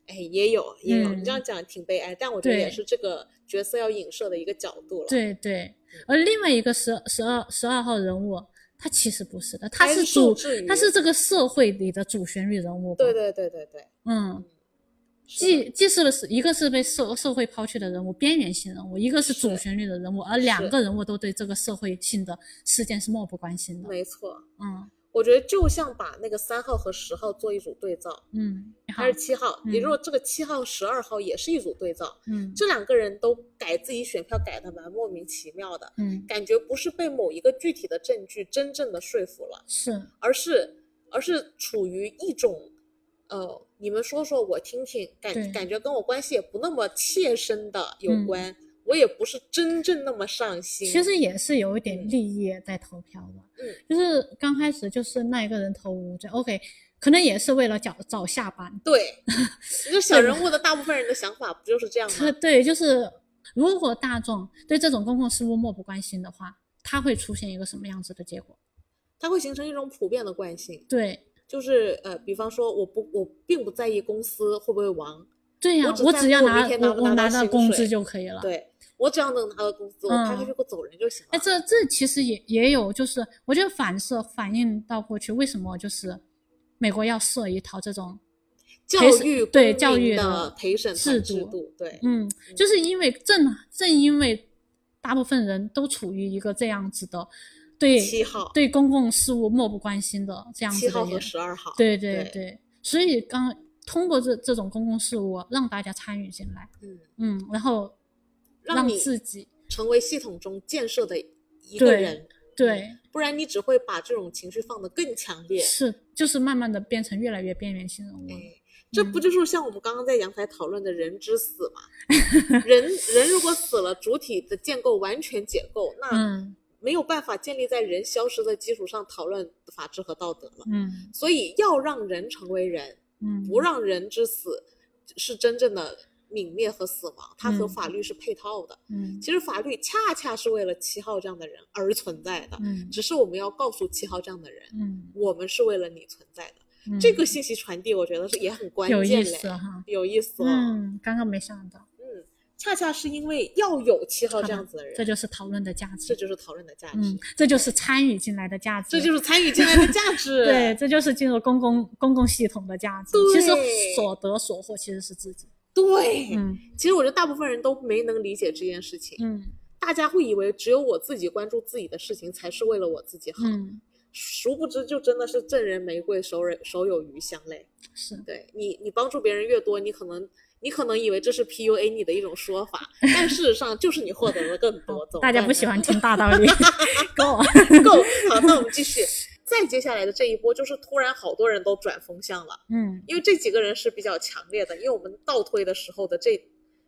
Speaker 1: 哎，也有也有，你
Speaker 2: 嗯
Speaker 1: 这样讲挺悲哀，但我觉得也
Speaker 2: 对
Speaker 1: 是这个角色要影射的一个角度了。，
Speaker 2: 对
Speaker 1: 嗯
Speaker 2: 对，而另外一个十十二十二号人物，他其实不是的，他
Speaker 1: 还
Speaker 2: 是
Speaker 1: 受
Speaker 2: 主，
Speaker 1: 制于
Speaker 2: 他是这个社会里的主旋律人物。
Speaker 1: 对，对对对对，
Speaker 2: 嗯，
Speaker 1: 是的
Speaker 2: 既既是了是一个是被社社会抛弃的人物，边缘性人物，一个是主
Speaker 1: 是
Speaker 2: 旋律的人物，而两个人物都对这个社会性的事件是漠不关心的。
Speaker 1: 没错。
Speaker 2: 嗯
Speaker 1: 我觉得就像把那个三号和十号做一组对照，
Speaker 2: 嗯，好
Speaker 1: 还，是七号，
Speaker 2: 嗯
Speaker 1: 也就是这个七号、十二号也是一组对照。
Speaker 2: 嗯
Speaker 1: 这两个人都改自己选票改的蛮莫名其妙的，
Speaker 2: 嗯
Speaker 1: 感觉不是被某一个具体的证据真正的说服了，
Speaker 2: 是
Speaker 1: 而是而是处于一种，呃，你们说说我听听，感
Speaker 2: 对
Speaker 1: 感觉跟我关系也不那么切身的有
Speaker 2: 嗯
Speaker 1: 关，我也不是真正那么上心。
Speaker 2: 其实也是有一点
Speaker 1: 嗯
Speaker 2: 利益在投票的，
Speaker 1: 嗯
Speaker 2: 就是刚开始就是那一个人投无罪，OK，可能也是为了找找下班，
Speaker 1: 对，一个小人物的大部分人的想法不就是这样
Speaker 2: 他
Speaker 1: 吗？
Speaker 2: 对，就是如果大众对这种公共事务漠不关心的话，它会出现一个什么样子的结果？
Speaker 1: 它会形成一种普遍的惯性，
Speaker 2: 对，
Speaker 1: 就是呃，比方说，我不，我并不在意公司会不会亡，
Speaker 2: 对呀、
Speaker 1: 我只
Speaker 2: 我
Speaker 1: 在
Speaker 2: 只要
Speaker 1: 乎我明
Speaker 2: 拿
Speaker 1: 天拿
Speaker 2: 我
Speaker 1: 不
Speaker 2: 我
Speaker 1: 拿到
Speaker 2: 拿到
Speaker 1: 薪
Speaker 2: 工
Speaker 1: 水
Speaker 2: 资就可以了。，
Speaker 1: 对我只要能拿到工资，我拍拍
Speaker 2: 嗯
Speaker 1: 屁股走人就行了。
Speaker 2: 哎，这这其实也也有，就是我觉得反射反映到过去，为什么就是美国要设一套这种，
Speaker 1: 教
Speaker 2: 陪审
Speaker 1: 育公
Speaker 2: 对
Speaker 1: 民
Speaker 2: 教育
Speaker 1: 的
Speaker 2: 的
Speaker 1: 陪审团
Speaker 2: 制
Speaker 1: 制
Speaker 2: 度
Speaker 1: 度，对，
Speaker 2: 嗯，就是因为正正因为大部分人都处于一个这样子的对
Speaker 1: 七号、
Speaker 2: 对公共事务漠不关心的这样子
Speaker 1: 七
Speaker 2: 的
Speaker 1: 号和
Speaker 2: 人
Speaker 1: 十二号，
Speaker 2: 对对
Speaker 1: 对
Speaker 2: 对，所以刚通过这这种公共事务让大家参与进来，
Speaker 1: 嗯，
Speaker 2: 嗯，然后
Speaker 1: 让
Speaker 2: 让
Speaker 1: 你
Speaker 2: 自己
Speaker 1: 成为系统中建设的一个
Speaker 2: 对
Speaker 1: 人，
Speaker 2: 对，
Speaker 1: 不然你只会把这种情绪放得更强烈。
Speaker 2: 是，就是慢慢的变成越来越边缘性人物了。
Speaker 1: 哎，这不就是像我们刚刚在阳台讨论的人之死吗？ 人人如果死了，主体的建构完全解构，那
Speaker 2: 嗯
Speaker 1: 没有办法建立在人消失的基础上讨论法治和道德了。
Speaker 2: 嗯
Speaker 1: 所以要让人成为人，
Speaker 2: 嗯，
Speaker 1: 不让人之死是真正的泯灭和死亡，它和
Speaker 2: 嗯
Speaker 1: 法律是配套的。
Speaker 2: 嗯
Speaker 1: 其实法律恰恰是为了七号这样的人而存在的，
Speaker 2: 嗯
Speaker 1: 只是我们要告诉七号这样的人，
Speaker 2: 嗯，
Speaker 1: 我们是为了你存在的。
Speaker 2: 嗯
Speaker 1: 这个信息传递，我觉得是也很关
Speaker 2: 有
Speaker 1: 键
Speaker 2: 意
Speaker 1: 嘞
Speaker 2: 思，哈。
Speaker 1: 有意思哦。
Speaker 2: 嗯，刚刚没想到，
Speaker 1: 嗯恰恰是因为要有七号这样子的人，
Speaker 2: 这就是讨论的价
Speaker 1: 这
Speaker 2: 值。
Speaker 1: 就是讨论的价值，
Speaker 2: 嗯，这就是参与进来的价值。
Speaker 1: 这就是参与进来的价 值。
Speaker 2: 对，这就是进入公共公共系统的价值。
Speaker 1: 对
Speaker 2: 其实所得所获其实是自己。
Speaker 1: 对
Speaker 2: 嗯
Speaker 1: 其实我觉得大部分人都没能理解这件事情，
Speaker 2: 嗯
Speaker 1: 大家会以为只有我自己关注自己的事情才是为了我自己好，
Speaker 2: 嗯，
Speaker 1: 殊不知就真的是赠人玫瑰，手人手有余香嘞。
Speaker 2: 是
Speaker 1: 对你，你帮助别人越多，你可能你可能以为这是 PUA 你的一种说 法，但事实上就是你获得了更多。怎么
Speaker 2: 嗯大家
Speaker 1: 办
Speaker 2: 不
Speaker 1: 呢
Speaker 2: 喜欢听大道理，够。
Speaker 1: 够好，那我们继续。再接下来的这一波，就是突然好多人都转风向了，
Speaker 2: 嗯
Speaker 1: 因为这几个人是比较强烈的，因为我们倒推的时候的这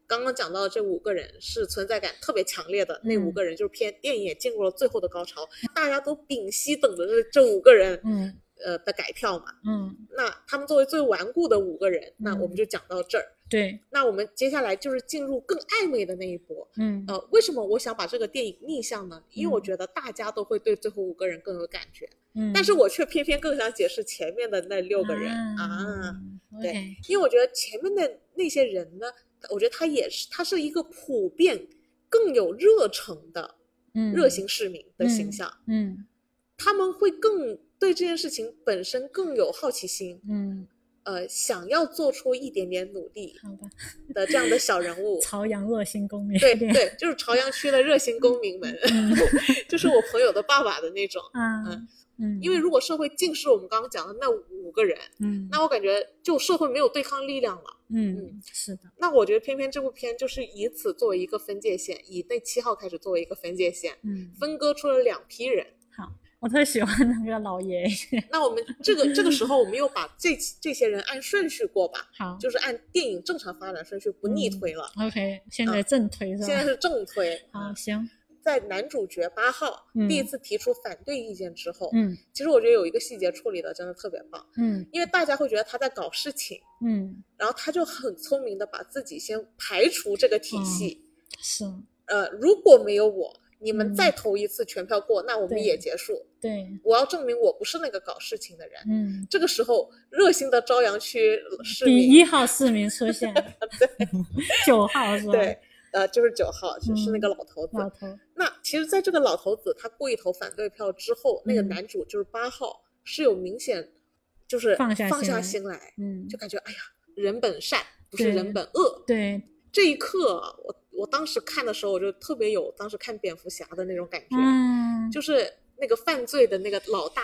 Speaker 1: 刚刚讲到的这五个人是存在感特别强烈的，那
Speaker 2: 嗯
Speaker 1: 五个人就是偏电影也进入了最后的高潮，大家都屏息等着这这五个人
Speaker 2: 嗯
Speaker 1: 呃的改票嘛。
Speaker 2: 嗯，
Speaker 1: 那他们作为最顽固的五个人，那
Speaker 2: 嗯
Speaker 1: 我们就讲到这儿。
Speaker 2: 对，
Speaker 1: 那我们接下来就是进入更暧昧的那一波，
Speaker 2: 嗯
Speaker 1: 呃，为什么我想把这个电影逆向呢？因为我
Speaker 2: 嗯
Speaker 1: 觉得大家都会对最后五个人更有感觉，
Speaker 2: 嗯。
Speaker 1: 但是我却偏偏更想解释前面的那六个人啊
Speaker 2: 嗯
Speaker 1: 对
Speaker 2: OK，
Speaker 1: 因为我觉得前面的那些人呢，我觉得他也是，他是一个普遍更有热忱的
Speaker 2: 嗯，
Speaker 1: 热心市民的形
Speaker 2: 嗯
Speaker 1: 象，
Speaker 2: 嗯，
Speaker 1: 他们会更对这件事情本身更有好奇心，
Speaker 2: 嗯
Speaker 1: 呃，想要做出一点点努力
Speaker 2: 嗯，好吧，。
Speaker 1: 的这样的小人物
Speaker 2: 朝阳热心公民，
Speaker 1: 对对，就是朝阳区的热心公民们，
Speaker 2: 嗯
Speaker 1: 就是我朋友的爸爸的那种。
Speaker 2: 啊，嗯，
Speaker 1: 因为如果社会尽是我们刚刚讲的那五个人，
Speaker 2: 嗯，
Speaker 1: 那我感觉就社会没有对抗力量了。
Speaker 2: 嗯是的，
Speaker 1: 那我觉得偏偏这部片就是以此作为一个分界线，以那七号开始作为一个分界线，
Speaker 2: 嗯，
Speaker 1: 分割出了两批人。
Speaker 2: 我特喜欢那个老爷爷，
Speaker 1: 那我们这个这个时候，我们又把这这些人按顺序过吧，
Speaker 2: 好
Speaker 1: 就是按电影正常发展顺序，不逆
Speaker 2: 嗯
Speaker 1: 推了。
Speaker 2: ，OK，现在正推
Speaker 1: 嗯
Speaker 2: 是
Speaker 1: 现在
Speaker 2: 吧？
Speaker 1: 是正推。
Speaker 2: 好，行，
Speaker 1: 在男主角八号
Speaker 2: 嗯
Speaker 1: 第一次提出反对意见之后，
Speaker 2: 嗯
Speaker 1: 其实我觉得有一个细节处理的真的特别棒，
Speaker 2: 嗯
Speaker 1: 因为大家会觉得他在搞事情，
Speaker 2: 嗯，
Speaker 1: 然后他就很聪明的把自己先排除这个体
Speaker 2: 哦
Speaker 1: 系。
Speaker 2: 是，
Speaker 1: 呃，如果没有我，你们
Speaker 2: 嗯
Speaker 1: 再投一次全票过，那我们
Speaker 2: 对
Speaker 1: 也结束。
Speaker 2: 对，
Speaker 1: 我要证明我不是那个搞事情的人。
Speaker 2: 嗯，
Speaker 1: 这个时候，热心的朝阳区市
Speaker 2: 第
Speaker 1: 民，
Speaker 2: 一号市民出 现，九号是吧？
Speaker 1: 对，，呃，就是九号，就是
Speaker 2: 嗯
Speaker 1: 那个老头子。
Speaker 2: 老头，
Speaker 1: 那其实，在这个老头子他故意投反对票之后，那个
Speaker 2: 嗯
Speaker 1: 男主就是八号是有明显就是
Speaker 2: 放下心来
Speaker 1: 心来，
Speaker 2: 嗯
Speaker 1: 就，感觉哎呀，人本善不是
Speaker 2: 对
Speaker 1: 人本恶，
Speaker 2: 对，
Speaker 1: 这一刻啊，我我当时看的时候，我就特别有当时看蝙蝠侠的那种感觉，
Speaker 2: 嗯，
Speaker 1: 就是那个犯罪的那个老大、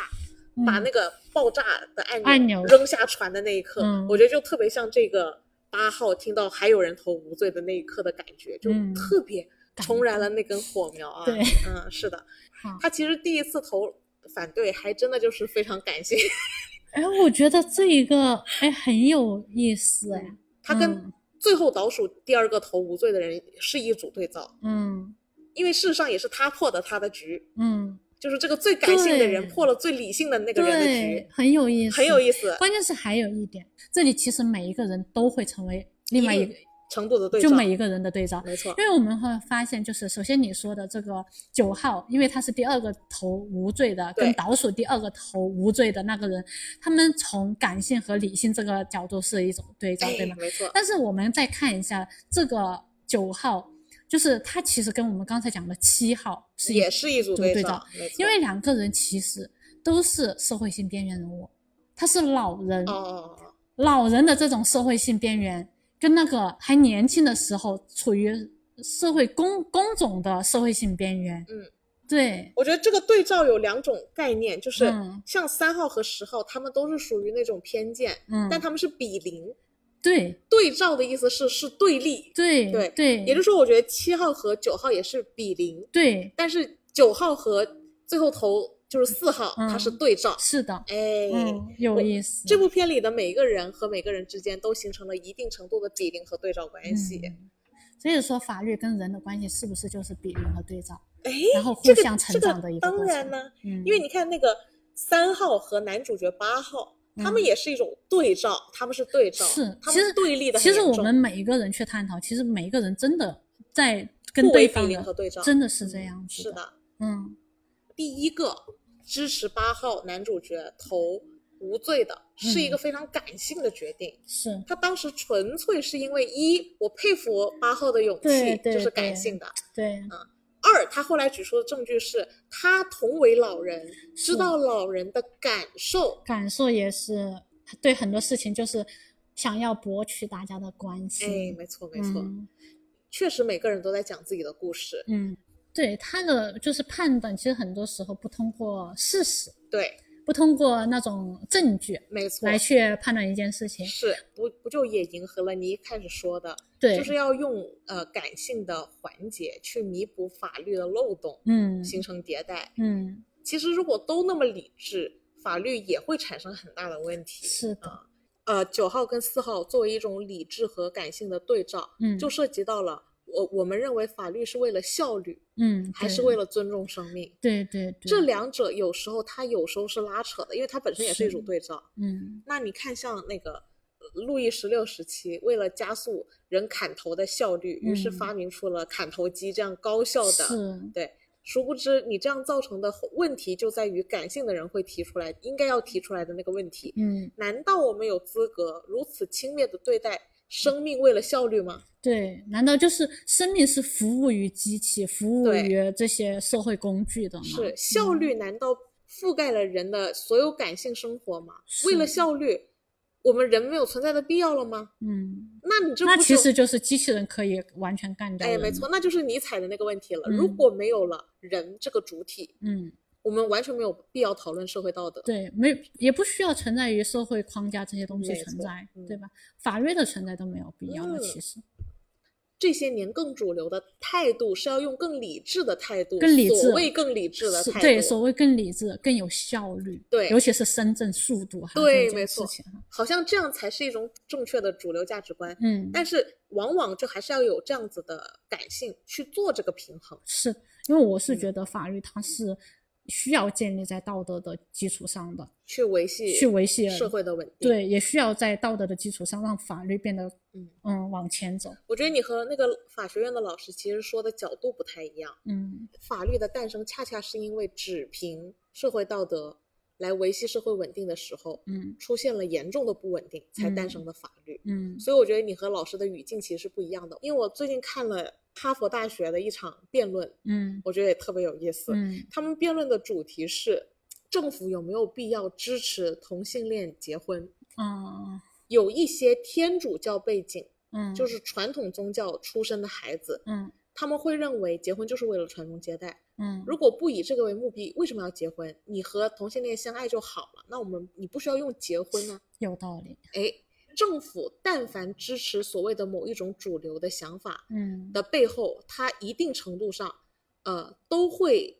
Speaker 1: 把那个爆炸的按钮
Speaker 2: 按钮
Speaker 1: 扔下船的那一刻，
Speaker 2: 嗯
Speaker 1: 我觉得就特别像这个八号听到还有人投无罪的那一刻的感觉，就
Speaker 2: 嗯
Speaker 1: 特别重燃了那根火苗啊！
Speaker 2: 对，
Speaker 1: 嗯，是的
Speaker 2: 好，
Speaker 1: 他其实第一次投反对，还真的就是非常感性，
Speaker 2: 哎，我觉得这一个哎很有意思哎，
Speaker 1: 他跟
Speaker 2: 嗯
Speaker 1: 最后倒数第二个投无罪的人是一组对照。
Speaker 2: 嗯
Speaker 1: 因为事实上也是他破的他的局，
Speaker 2: 嗯，
Speaker 1: 就是这个最感性的人
Speaker 2: 对
Speaker 1: 破了最理性的那个人的
Speaker 2: 对
Speaker 1: 局，，
Speaker 2: 很有意思，
Speaker 1: 很有意思，
Speaker 2: 关键是还有一点，这里其实每一个人都会成为另外一个，
Speaker 1: 程度的对
Speaker 2: 就
Speaker 1: 照，
Speaker 2: 每一个人的对照。
Speaker 1: 没错
Speaker 2: 因，为我们会发现，就是首先你说的这个九号，因为他是第二个投无罪的，
Speaker 1: 对
Speaker 2: 跟倒数第二个投无罪的那个人，他们从感性和理性这个角度是一种对照，对
Speaker 1: 哎
Speaker 2: 吗？
Speaker 1: 没错，
Speaker 2: 但是我们再看一下这个九号，就是他其实跟我们刚才讲的七号是一
Speaker 1: 也是一组
Speaker 2: 组对
Speaker 1: 照
Speaker 2: 照，
Speaker 1: 没错，
Speaker 2: 因为两个人其实都是社会性边缘人物，他是老人，
Speaker 1: 哦哦哦，
Speaker 2: 老人的这种社会性边缘，跟那个还年轻的时候处于社会工工种的社会性边缘，
Speaker 1: 嗯，
Speaker 2: 对，
Speaker 1: 我觉得这个对照有两种概念，就是
Speaker 2: 嗯
Speaker 1: 像三号和十号，他们都是属于那种偏见，
Speaker 2: 嗯，
Speaker 1: 但他们是比邻，
Speaker 2: 对
Speaker 1: 对照的意思是是对立，
Speaker 2: 对
Speaker 1: 对
Speaker 2: 对，
Speaker 1: 也就是说，我觉得七号和九号也是比邻，
Speaker 2: 对
Speaker 1: 但是九号和最后投就是四号，
Speaker 2: 嗯
Speaker 1: 他是对照，
Speaker 2: 是的，
Speaker 1: 哎。
Speaker 2: 嗯，有
Speaker 1: 我
Speaker 2: 意思。
Speaker 1: 这部片里的每一个人和每个人之间都形成了一定程度的比邻和对照关系。
Speaker 2: 嗯所以说，法律跟人的关系是不是就是比邻和对照，
Speaker 1: 哎、
Speaker 2: 然后
Speaker 1: 这
Speaker 2: 互
Speaker 1: 个
Speaker 2: 相成长的一
Speaker 1: 这
Speaker 2: 个
Speaker 1: 个
Speaker 2: 过
Speaker 1: 当然
Speaker 2: 程？
Speaker 1: 呢，
Speaker 2: 嗯，
Speaker 1: 因为你看那个三号和男主角八号，他们
Speaker 2: 嗯
Speaker 1: 也是一种对照，他们是对照，
Speaker 2: 是
Speaker 1: 他
Speaker 2: 其
Speaker 1: 们
Speaker 2: 实
Speaker 1: 对立的。
Speaker 2: 其实我们每一个人去探讨，其实每一个人真的在跟
Speaker 1: 互为
Speaker 2: 对
Speaker 1: 比
Speaker 2: 方
Speaker 1: 邻和
Speaker 2: 的，
Speaker 1: 对照，
Speaker 2: 真的是这样子
Speaker 1: 是
Speaker 2: 的。
Speaker 1: 的。
Speaker 2: 嗯，
Speaker 1: 第一个支持八号男主角投无罪的，
Speaker 2: 嗯
Speaker 1: 是一个非常感性的决定。
Speaker 2: 是
Speaker 1: 他当时纯粹是因为一，我佩服八号的勇
Speaker 2: 对
Speaker 1: 气，
Speaker 2: 对
Speaker 1: 就是
Speaker 2: 对
Speaker 1: 感性的；
Speaker 2: 对，
Speaker 1: 嗯二，他后来举出的证据是他同为老人，知道老人的感受。
Speaker 2: 感受也是对很多事情就是想要博取大家的关
Speaker 1: 哎，
Speaker 2: 心。
Speaker 1: 没错没错，
Speaker 2: 嗯
Speaker 1: 确实每个人都在讲自己的故事。
Speaker 2: 嗯，对他的就是判断，其实很多时候不通过事实，
Speaker 1: 对，
Speaker 2: 不通过那种证据
Speaker 1: 没错，
Speaker 2: 来去判断一件事情。
Speaker 1: 是不不就也迎合了你一开始说的，
Speaker 2: 对，
Speaker 1: 就是要用呃感性的环节去弥补法律的漏洞，
Speaker 2: 嗯
Speaker 1: 形成迭代。
Speaker 2: 嗯，
Speaker 1: 其实如果都那么理智，法律也会产生很大的问题。
Speaker 2: 是的，
Speaker 1: 呃，九号跟四号作为一种理智和感性的对照，
Speaker 2: 嗯
Speaker 1: 就涉及到了我我们认为法律是为了效率，
Speaker 2: 嗯，
Speaker 1: 还
Speaker 2: 对
Speaker 1: 是为了尊重生命。
Speaker 2: 对对对，
Speaker 1: 这两者有时候它有时候是拉扯的，因为它本身也是一种
Speaker 2: 是
Speaker 1: 对照。
Speaker 2: 嗯
Speaker 1: 那你看，像那个呃路易十六时期，为了加速人砍头的效率，于是
Speaker 2: 嗯
Speaker 1: 发明出了砍头机这样高效的。
Speaker 2: 是
Speaker 1: 对，殊不知你这样造成的后问题就在于感性的人会提出来，应该要提出来的那个问题。
Speaker 2: 嗯
Speaker 1: 难道我们有资格如此轻蔑的对待生命为了效率吗？
Speaker 2: 对，难道就是生命是服务于机器、服务
Speaker 1: 对
Speaker 2: 于这些社会工具的吗？嗯
Speaker 1: 是效率难道覆盖了人的所有感性生活吗？为
Speaker 2: 是
Speaker 1: 了效率，我们人没有存在的必要了吗？
Speaker 2: 嗯，
Speaker 1: 那你这
Speaker 2: 那
Speaker 1: 不
Speaker 2: 其
Speaker 1: 就
Speaker 2: 实就是机器人可以完全干掉
Speaker 1: 哎，
Speaker 2: 人
Speaker 1: 没
Speaker 2: 了
Speaker 1: 错，，那就是尼采的那个问题了。
Speaker 2: 嗯
Speaker 1: 如果没有了人这个主体，
Speaker 2: 嗯，
Speaker 1: 我们完全没有必要讨论社会道德。
Speaker 2: 对，没也不需要存在于社会框架这些东西
Speaker 1: 没
Speaker 2: 存
Speaker 1: 错
Speaker 2: 在，
Speaker 1: 嗯
Speaker 2: 对吧？法律的存在都没有必要了，
Speaker 1: 嗯
Speaker 2: 其实
Speaker 1: 这些年更主流的态度是要用更理智的态度，
Speaker 2: 更理智
Speaker 1: 所谓更理智的
Speaker 2: 是
Speaker 1: 态度，
Speaker 2: 对所谓更理智、更有效率，
Speaker 1: 对
Speaker 2: 尤其是深圳速度哈，
Speaker 1: 对
Speaker 2: 这件
Speaker 1: 没
Speaker 2: 事
Speaker 1: 错
Speaker 2: 情哈，
Speaker 1: 好像这样才是一种正确的主流价值观。
Speaker 2: 嗯，
Speaker 1: 但是往往就还是要有这样子的感性去做这个平衡。
Speaker 2: 是因为我是
Speaker 1: 嗯
Speaker 2: 觉得法律它是需要建立在道德的基础上的，
Speaker 1: 去维系
Speaker 2: 去维系
Speaker 1: 社会的稳定。，
Speaker 2: 对，也需要在道德的基础上让法律变得
Speaker 1: 嗯
Speaker 2: 嗯往前走，
Speaker 1: 我觉得你和那个法学院的老师其实说的角度不太一样。
Speaker 2: 嗯
Speaker 1: 法律的诞生恰恰是因为只凭社会道德来维系社会稳定的时候，
Speaker 2: 嗯
Speaker 1: 出现了严重的不稳定，才诞生的法律。
Speaker 2: 嗯
Speaker 1: 所以我觉得你和老师的语境其实是不一样的。因为我最近看了哈佛大学的一场辩论，
Speaker 2: 嗯
Speaker 1: 我觉得也特别有意思。
Speaker 2: 嗯
Speaker 1: 他们辩论的主题是政府有没有必要支持同性恋结婚？
Speaker 2: 啊
Speaker 1: 有一些天主教背景，
Speaker 2: 嗯，
Speaker 1: 就是传统宗教出身的孩子，
Speaker 2: 嗯
Speaker 1: 他们会认为结婚就是为了传宗接代。
Speaker 2: 嗯
Speaker 1: 如果不以这个为目的，为什么要结婚？你和同性恋相爱就好了。那我们你不需要用结婚呢、
Speaker 2: 有道理，
Speaker 1: 哎，政府但凡支持所谓的某一种主流的想法
Speaker 2: 嗯
Speaker 1: 的背后，它一定程度上，呃，都会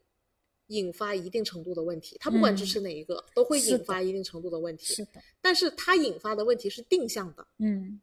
Speaker 1: 引发一定程度的问题。它不管支
Speaker 2: 嗯
Speaker 1: 持哪一个，都会
Speaker 2: 是
Speaker 1: 引
Speaker 2: 的
Speaker 1: 发一定程度的问题。
Speaker 2: 是的，
Speaker 1: 但是它引发的问题是定向的。
Speaker 2: 嗯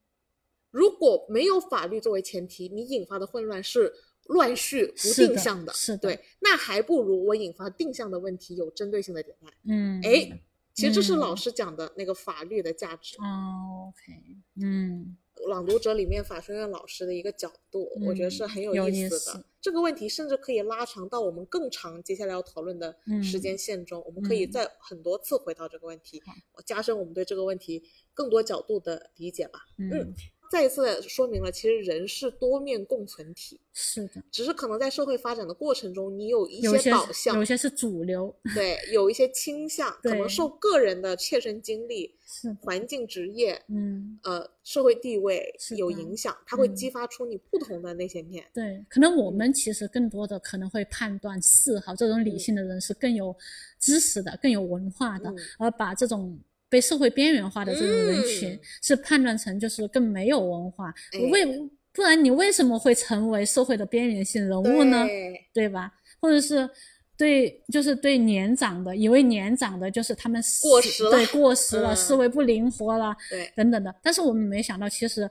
Speaker 1: 如果没有法律作为前提，你引发的混乱是乱序不
Speaker 2: 是
Speaker 1: 定
Speaker 2: 的
Speaker 1: 向的，
Speaker 2: 是的
Speaker 1: 对，那还不如我引发定向的问题有针对性的迭代。
Speaker 2: 嗯
Speaker 1: 哎，其实这是老
Speaker 2: 嗯
Speaker 1: 师讲的那个法律的价值，
Speaker 2: 哦 OK 嗯
Speaker 1: 朗读者》里面法学院老师的一个角度，我觉得是
Speaker 2: 嗯
Speaker 1: 很
Speaker 2: 有
Speaker 1: 意
Speaker 2: 意
Speaker 1: 思的
Speaker 2: 思。
Speaker 1: 这个问题甚至可以拉长到我们更长接下来要讨论的时间线中，我们可以
Speaker 2: 嗯
Speaker 1: 再很多次回到这个问题
Speaker 2: 好，
Speaker 1: 加深我们对这个问题更多角度的理解吧。
Speaker 2: 嗯
Speaker 1: 再一次地说明了，其实人是多面共存体，
Speaker 2: 是的，
Speaker 1: 只是可能在社会发展的过程中，你有一
Speaker 2: 有一些
Speaker 1: 导
Speaker 2: 有
Speaker 1: 向
Speaker 2: 一，些是主流，
Speaker 1: 对，有一些倾向，可能
Speaker 2: 对
Speaker 1: 受个人的切身经历、
Speaker 2: 是的，
Speaker 1: 环境、职业、
Speaker 2: 嗯。
Speaker 1: 呃社会地位
Speaker 2: 是
Speaker 1: 有
Speaker 2: 的
Speaker 1: 影响，它会
Speaker 2: 嗯
Speaker 1: 激发出你不同的那些面。
Speaker 2: 对，可能我们其实更多的可能会判断四号这种理性的人是更有知识的、更有文化的
Speaker 1: 嗯，
Speaker 2: 而把这种被社会边缘化的这种人
Speaker 1: 嗯
Speaker 2: 群是判断成就是更没有文化。
Speaker 1: 哎
Speaker 2: 为不然你为什么会成为社会的边缘性人物呢？
Speaker 1: 对
Speaker 2: 对吧？或者是对，就是对年长的，以为年长的就是他们思
Speaker 1: 过时了
Speaker 2: 对过时了，
Speaker 1: 嗯
Speaker 2: 思维不灵活了
Speaker 1: 对，
Speaker 2: 等等的。但是我们没想到，其实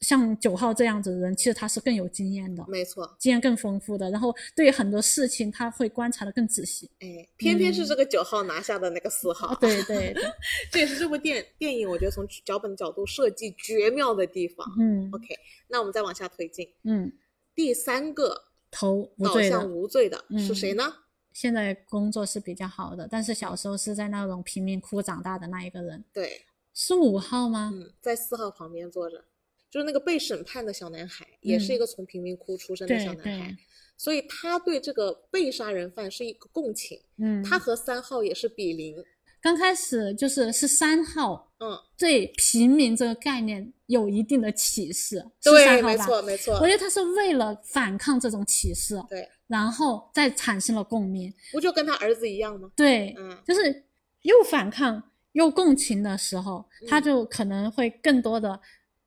Speaker 2: 像九号这样子的人，其实他是更有经验的，
Speaker 1: 没错，
Speaker 2: 经验更丰富的，然后对很多事情他会观察的更仔细。
Speaker 1: 哎，偏偏
Speaker 2: 嗯
Speaker 1: 是这个九号拿下的那个四号，
Speaker 2: 啊，对 对对，
Speaker 1: 这也是这部电电影我觉得从脚本角度设计绝妙的地方。
Speaker 2: 嗯
Speaker 1: OK，那我们再往下推进，
Speaker 2: 嗯，
Speaker 1: 第三个
Speaker 2: 投无
Speaker 1: 导
Speaker 2: 罪
Speaker 1: 向
Speaker 2: 的。
Speaker 1: 哦无罪的是
Speaker 2: 嗯
Speaker 1: 谁呢？
Speaker 2: 现在工作是比较好的，但是小时候是在那种贫民窟长大的那一个人，
Speaker 1: 对，
Speaker 2: 是五号吗？
Speaker 1: 嗯，在四号旁边坐着，就是那个被审判的小男孩，也是一个从贫民窟出身的小
Speaker 2: 嗯对
Speaker 1: 男孩
Speaker 2: 对，，
Speaker 1: 所以他对这个被杀人犯是一个共情，
Speaker 2: 嗯，
Speaker 1: 他和三号也是比邻，
Speaker 2: 刚开始就是是三号
Speaker 1: 嗯，
Speaker 2: 对平民这个概念有一定的歧视，是
Speaker 1: 对，
Speaker 2: 三号
Speaker 1: 没
Speaker 2: 吧？
Speaker 1: 错，没错
Speaker 2: 我，觉得他是为了反抗这种歧视，
Speaker 1: 对，
Speaker 2: 然后再产生了共鸣，
Speaker 1: 不就跟他儿子一样吗？
Speaker 2: 对，
Speaker 1: 嗯，
Speaker 2: 就是又反抗又共情的时候，
Speaker 1: 嗯
Speaker 2: 他就可能会更多的